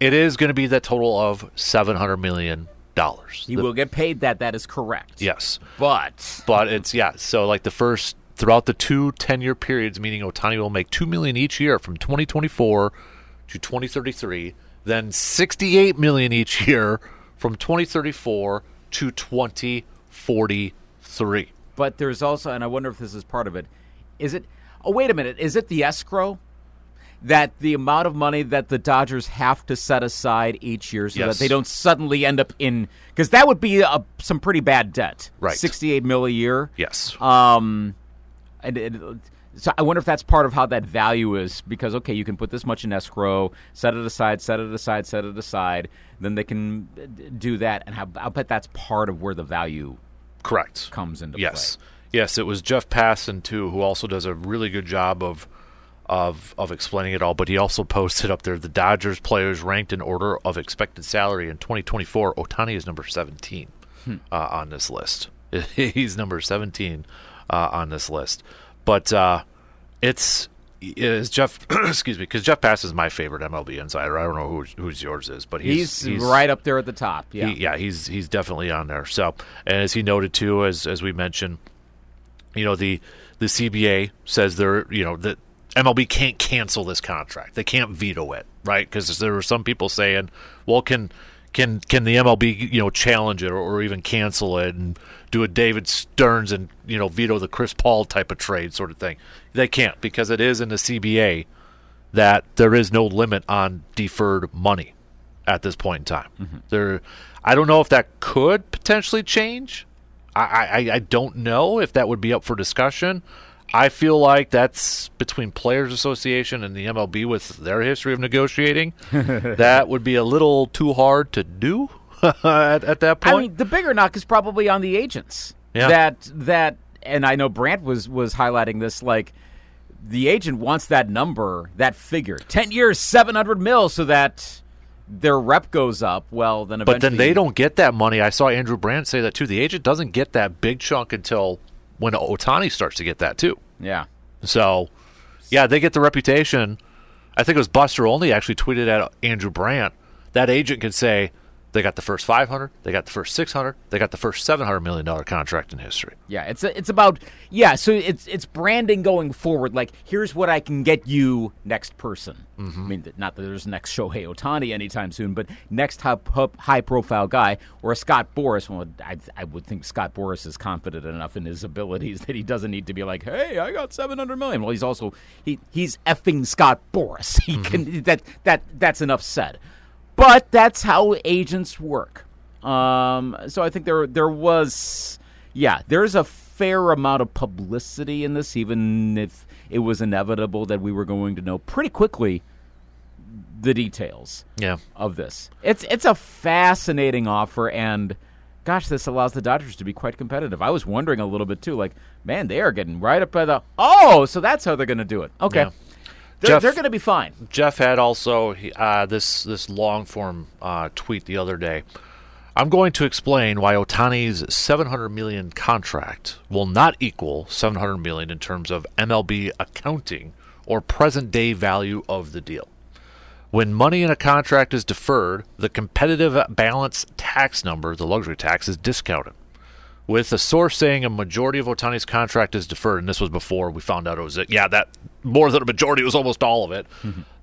Speaker 1: It is going to be that total of seven hundred million dollars.
Speaker 3: He will get paid that. That is correct.
Speaker 1: Yes.
Speaker 3: But
Speaker 1: but it's yeah so like the first throughout the two 10 year periods meaning otani will make 2 million each year from 2024 to 2033 then 68 million each year from 2034 to 2043
Speaker 3: but there's also, and I wonder if this is part of it. Is it? Oh, wait a minute. Is it the escrow that the amount of money that the Dodgers have to set aside each year so
Speaker 1: Yes.
Speaker 3: that they don't suddenly end up in? Because that would be a, some pretty bad debt.
Speaker 1: Right.
Speaker 3: Sixty-eight mil a year.
Speaker 1: yes
Speaker 3: Um, and, and so I wonder if that's part of how that value is because okay, you can put this much in escrow, set it aside, set it aside, set it aside. Then they can uh, d- do that, and I, I'll bet that's part of where the value
Speaker 1: correct
Speaker 3: comes into
Speaker 1: yes yes it was jeff passon too who also does a really good job of of of explaining it all but he also posted up there the dodgers players ranked in order of expected salary in 2024 otani is number 17
Speaker 3: Hmm.
Speaker 1: uh, on this list he's number 17 uh, on this list but uh it's is Jeff excuse me because Jeff Passon is my favorite MLB insider. I don't know who's, who's yours is, but
Speaker 3: play.
Speaker 1: he's
Speaker 3: He's, right up there at the top. Yeah.
Speaker 1: he- yeah, he's he's definitely on there. So, and as he noted too, as as we mentioned, you know the the CBA says they're you know that MLB can't cancel this contract. They can't veto it, right? Because there were some people saying, well, can can can the MLB you know challenge it or, or even cancel it and do a David Stearns and you know veto the Chris Paul type of trade sort of thing? They can't because it is in the CBA that there is no limit on deferred money at this point in time. There, I don't know if that could potentially change. I, I, I- I don't know if that would be up for discussion. I feel like that's between Players Association and the MLB with their history of negotiating. that would be a little too hard to do at, at that point.
Speaker 3: I mean, the bigger knock is probably on the agents.
Speaker 1: Yeah.
Speaker 3: That that, and I know Brandt was was highlighting this. Like, the agent wants that number, that figure, ten years, seven hundred mil, so that their rep goes up. Well, then eventually,
Speaker 1: But then they don't get that money. I saw Andrew Brandt say that too. The agent doesn't get that big chunk until when Otani starts to get that too.
Speaker 3: Yeah.
Speaker 1: So, yeah, they get the reputation. I think it was Buster only actually tweeted at Andrew Brandt. That agent can say they got the first 500, they got the first 600, they got the first 700 million dollar contract in history.
Speaker 3: Yeah, it's it's about yeah. So it's it's branding going forward. Like here's what I can get you next person. I mean, th- not that there's next Shohei Otani anytime soon, but next high, high profile guy or a Scott Boris. Well, I I would think Scott Boris is confident enough in his abilities that he doesn't need to be like, hey, I got seven hundred million. Well, he's also he he's effing Scott Boris. He can that that that's enough said. But that's how agents work. Um, so I think there there was, yeah, there's a fair amount of publicity in this, even if it was inevitable that we were going to know pretty quickly the details
Speaker 1: Yeah.
Speaker 3: of this. It's it's a fascinating offer, and gosh, this allows the Dodgers to be quite competitive. I was wondering a little bit too, like, man, they are getting right up by the oh, so that's how they're going to do it. Okay,
Speaker 1: Yeah.
Speaker 3: they're,
Speaker 1: Jeff-
Speaker 3: they're going to be fine.
Speaker 1: Jeff had also he- uh, this this long form uh, tweet the other day. I'm going to explain why Otani's 700 million contract will not equal 700 million in terms of MLB accounting or present day value of the deal. When money in a contract is deferred, the competitive balance tax number, the luxury tax, is discounted. With a source saying a majority of Otani's contract is deferred, and this was before we found out it was, yeah, that more than a majority it was almost all of it.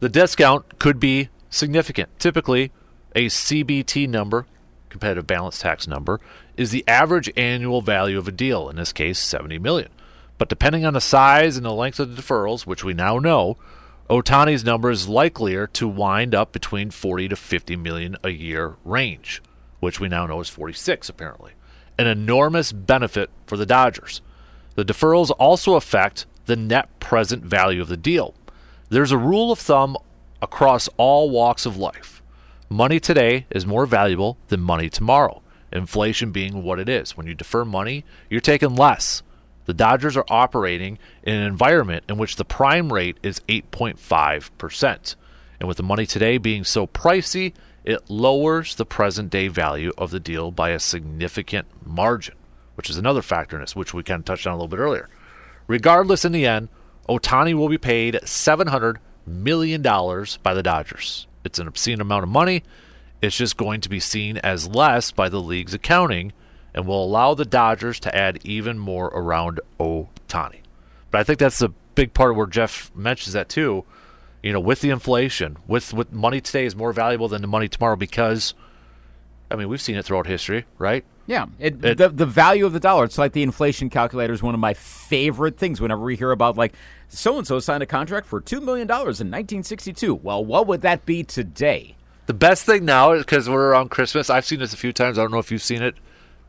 Speaker 1: The discount could be significant. Typically, a CBT number competitive balance tax number is the average annual value of a deal, in this case 70 million. But depending on the size and the length of the deferrals, which we now know, Otani's number is likelier to wind up between 40 to 50 million a year range, which we now know is 46 apparently. An enormous benefit for the Dodgers. The deferrals also affect the net present value of the deal. There's a rule of thumb across all walks of life. Money today is more valuable than money tomorrow, inflation being what it is. When you defer money, you're taking less. The Dodgers are operating in an environment in which the prime rate is 8.5%. And with the money today being so pricey, it lowers the present day value of the deal by a significant margin, which is another factor in this, which we kind of touched on a little bit earlier. Regardless, in the end, Otani will be paid $700 million by the Dodgers. It's an obscene amount of money. It's just going to be seen as less by the league's accounting and will allow the Dodgers to add even more around Otani. But I think that's a big part where Jeff mentions that too. You know, with the inflation, with with money today is more valuable than the money tomorrow because I mean we've seen it throughout history, right?
Speaker 3: Yeah, it,
Speaker 1: It-
Speaker 3: the the value of the dollar. It's like the inflation calculator is one of my favorite things. Whenever we hear about like so and so signed a contract for two million dollars in 1962, well, what would that be today?
Speaker 1: The best thing now is because we're around Christmas. I've seen this a few times. I don't know if you've seen it.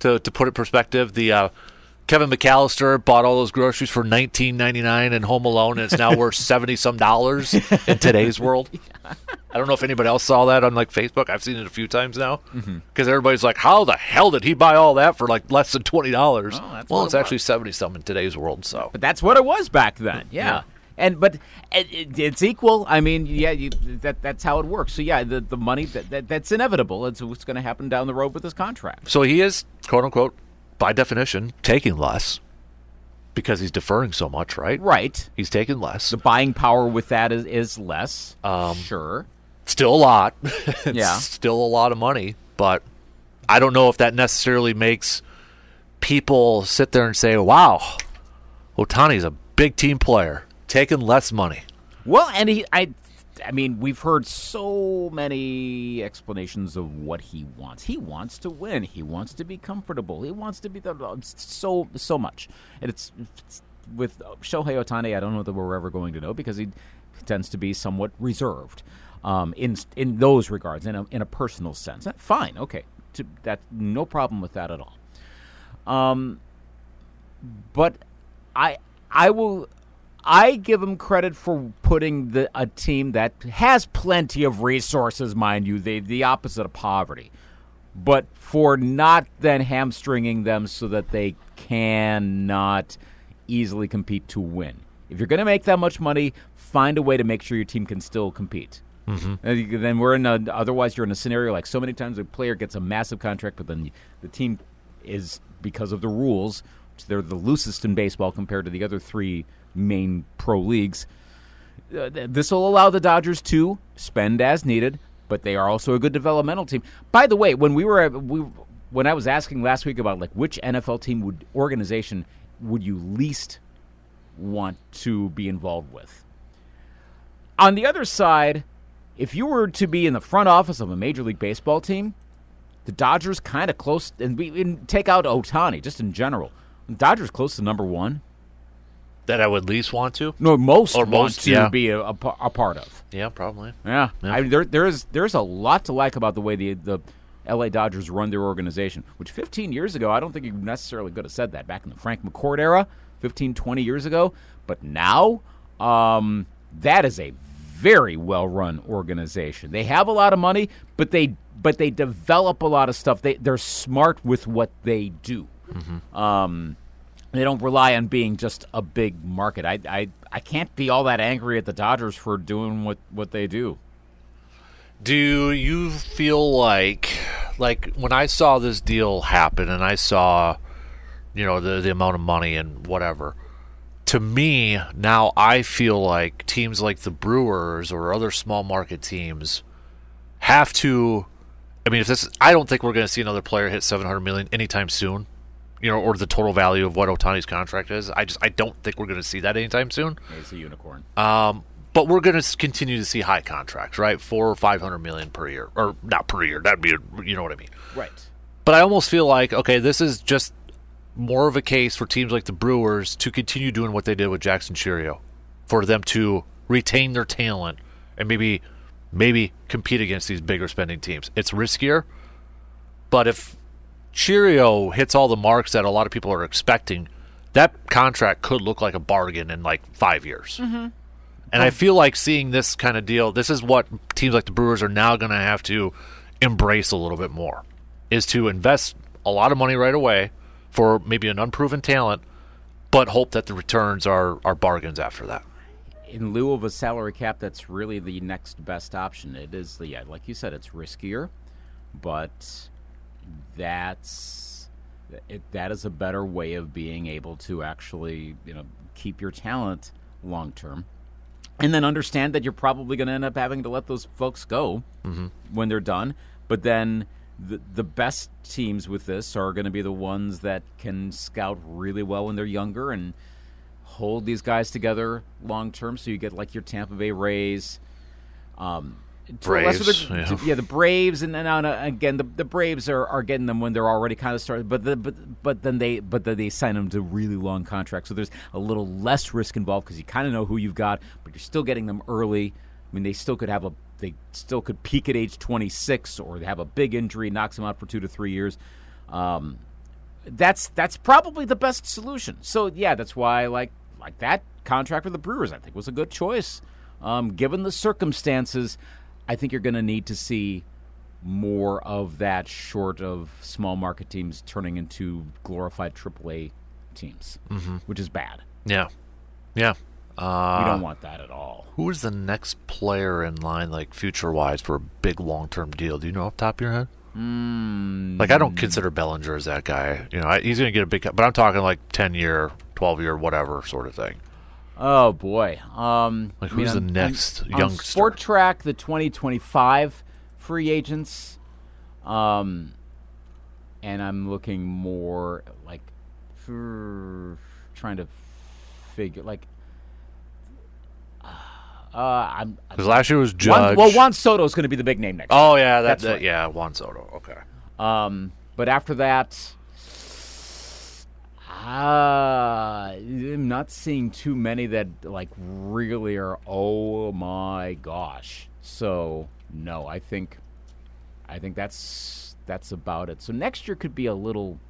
Speaker 1: To to put it in perspective, the uh, Kevin McAllister bought all those groceries for nineteen ninety nine in Home Alone, and it's now worth seventy some dollars in today's world. I don't know if anybody else saw that on like Facebook. I've seen it a few times now because
Speaker 3: Mm-hmm.
Speaker 1: everybody's like, "How the hell did he buy all that for like less than twenty dollars?"
Speaker 3: Oh, that's
Speaker 1: well,
Speaker 3: what
Speaker 1: it's
Speaker 3: it
Speaker 1: actually seventy some in today's world. So
Speaker 3: But that's what it was back then. Yeah.
Speaker 1: Yeah.
Speaker 3: And but it, it, it's equal. I mean, yeah, you, that that's how it works. So yeah, the, the money that, that that's inevitable. It's what's going to happen down the road with this contract.
Speaker 1: So he is, quote unquote, by definition, taking less because he's deferring so much, right?
Speaker 3: Right.
Speaker 1: He's taking less.
Speaker 3: The buying power with that is, is less. sure.
Speaker 1: Still a lot. It's
Speaker 3: Yeah.
Speaker 1: Still a lot of money, but I don't know if that necessarily makes people sit there and say, wow, Otani's a big team player, taking less money.
Speaker 3: Well, and he, I, I mean, we've heard so many explanations of what he wants. He wants to win. He wants to be comfortable. He wants to be the so so much. And it's, it's with Shohei Otani. I don't know that we're ever going to know because he tends to be somewhat reserved um, in in those regards, in a in a personal sense. Uh, Fine, okay, to, that no problem with that at all Um, but I I will I give him credit for putting the a team that has plenty of resources, mind you, they the opposite of poverty, but for not then hamstringing them so that they cannot easily compete to win. If you're going to make that much money, find a way to make sure your team can still compete. And you- Then we're in a, otherwise you're in a scenario like so many times a player gets a massive contract, but then the team is because of the rules, which they're the loosest in baseball compared to the other three main pro leagues. Uh, th- this will allow the Dodgers to spend as needed, but they are also a good developmental team. By the way, when we were we when I was asking last week about like which NFL team would organization would you least want to be involved with. On the other side, if you were to be in the front office of a Major League Baseball team, the Dodgers kind of close, and we and take out Otani just in general. The Dodgers close to number one.
Speaker 1: That I would least want to?
Speaker 3: No, most
Speaker 1: Or
Speaker 3: want
Speaker 1: most,
Speaker 3: to
Speaker 1: yeah.
Speaker 3: be a, a, pa- a part of.
Speaker 1: Yeah, probably.
Speaker 3: Yeah, I mean, there there is there's a lot to like about the way the the L.A. Dodgers run their organization. Which 15 years ago, I don't think you necessarily could have said that back in the Frank McCord era, 15 20 years ago. But now, um, that is a very well run organization. They have a lot of money, but they but they develop a lot of stuff. They they're smart with what they do. Um, they don't rely on being just a big market. I, I, I can't be all that angry at the Dodgers for doing what, what they do.
Speaker 1: Do you feel like like when I saw this deal happen and I saw you know the the amount of money and whatever to me now I feel like teams like the Brewers or other small market teams have to I mean if this I don't think we're going to see another player hit 700 million anytime soon you know or the total value of what Otani's contract is I just I don't think we're going to see that anytime soon
Speaker 3: It's a unicorn.
Speaker 1: um, but we're going to continue to see high contracts, right? Four or five hundred million per year, or not per year. That'd be, a, you know what I mean.
Speaker 3: right.
Speaker 1: But I almost feel like okay, this is just more of a case for teams like the Brewers to continue doing what they did with Jackson Cherio, for them to retain their talent and maybe maybe compete against these bigger spending teams. It's riskier, but if Cheerio hits all the marks that a lot of people are expecting, that contract could look like a bargain in like five years. And I feel like seeing this kind of deal, this is what teams like the Brewers are now going to have to embrace a little bit more, is to invest a lot of money right away for maybe an unproven talent, but hope that the returns are are bargains after that.
Speaker 3: in lieu of a salary cap, that's really the next best option. It is the yeah, like you said, it's riskier, but that's it, that is a better way of being able to actually you know keep your talent long term, and then understand that you're probably going to end up having to let those folks go when they're done. But then the the best teams with this are going to be the ones that can scout really well when they're younger and hold these guys together long term. So you get like your Tampa Bay Rays, um, to a lesser
Speaker 1: Braves,
Speaker 3: deg-
Speaker 1: yeah.
Speaker 3: to- the Braves, and then on a- again the, the Braves are, are getting them when they're already kind of started. But the, but but then they but then they sign them to really long contracts. So there's a little less risk involved because you kind of know who you've got, but you're still getting them early. I mean, they still could have a they still could peak at age 26 or they have a big injury knocks them out for two to three years. Um, that's that's probably the best solution. So yeah, that's why like like that contract with the Brewers, I think was a good choice. Um, given the circumstances, I think you're going to need to see more of that short of small market teams turning into glorified AAA teams, which is bad.
Speaker 1: Yeah, yeah.
Speaker 3: We
Speaker 1: Uh,
Speaker 3: don't want that at all.
Speaker 1: who is the next player in line, like future wise, for a big long term deal? Do you know off the top of your head? Like I don't consider Bellinger as that guy. You know, I, he's going to get a big, co- but I'm talking like ten year, twelve year, whatever sort of thing.
Speaker 3: Oh boy. Um,
Speaker 1: Like, who's the next
Speaker 3: on
Speaker 1: youngster?
Speaker 3: Sport Track, the 2025 free agents. Um, and I'm looking more like for- trying to figure like. Uh, I'm
Speaker 1: Because last year was
Speaker 3: Juan,
Speaker 1: Judge.
Speaker 3: well. Juan Soto is going to be the big name next.
Speaker 1: Oh yeah, that,
Speaker 3: That's
Speaker 1: that-
Speaker 3: right.
Speaker 1: yeah, Juan Soto. Okay.
Speaker 3: Um, but after that, uh, I'm not seeing too many that like really are. Oh my gosh! So no, I think, I think that's that's about it. So next year could be a little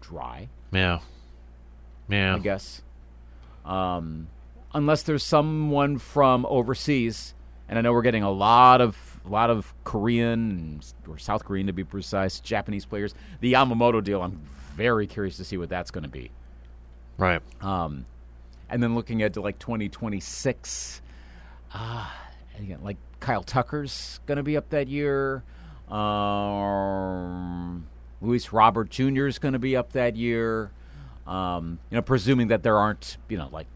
Speaker 3: dry,
Speaker 1: Yeah. Yeah.
Speaker 3: I guess, um, unless there's someone from overseas. And I know we're getting a lot of a lot of Korean or South Korean to be precise, Japanese players. The Yamamoto deal, I'm very curious to see what that's going to be.
Speaker 1: Right.
Speaker 3: Um, and then looking at like 2026, uh, again, like Kyle Tucker's going to be up that year. Um, Luis Robert Jr. is going to be up that year. Um, you know, presuming that there aren't, you know, like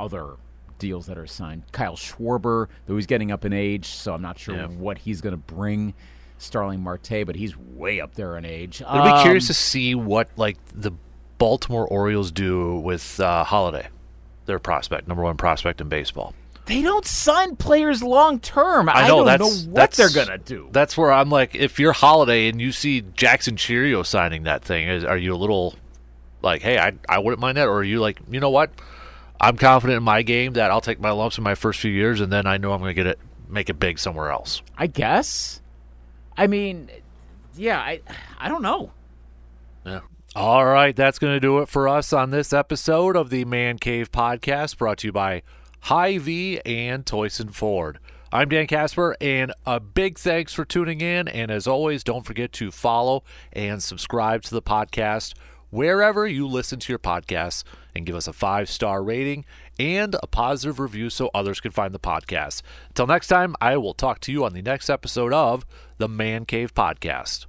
Speaker 3: other deals that are signed. Kyle Schwarber, though he's getting up in age, so I'm not sure
Speaker 1: Yeah.
Speaker 3: what he's going to bring. Starling Marte, but he's way up there in age.
Speaker 1: I'd be
Speaker 3: Um,
Speaker 1: curious to see what like the Baltimore Orioles do with uh, Holiday, their prospect, number one prospect in baseball.
Speaker 3: They don't sign players long term. I,
Speaker 1: know
Speaker 3: don't
Speaker 1: that's
Speaker 3: know what
Speaker 1: that's,
Speaker 3: they're gonna do.
Speaker 1: That's where I'm like, if you're Holiday and you see Jackson Cherio signing that thing, is, are you a little like, hey, I I wouldn't mind that, or are you like, you know what? I'm confident in my game that I'll take my lumps in my first few years, and then I know I'm going to get it, make it big somewhere else.
Speaker 3: I guess. I mean, yeah, I, I don't know.
Speaker 1: All right, that's going to do it for us on this episode of the Man Cave Podcast, brought to you by Hy-Vee and Toyson Ford. I'm Dan Casper, and a big thanks for tuning in. And as always, don't forget to follow and subscribe to the podcast wherever you listen to your podcasts and give us a five star rating and a positive review so others can find the podcast. Until next time, I will talk to you on the next episode of the Man Cave Podcast.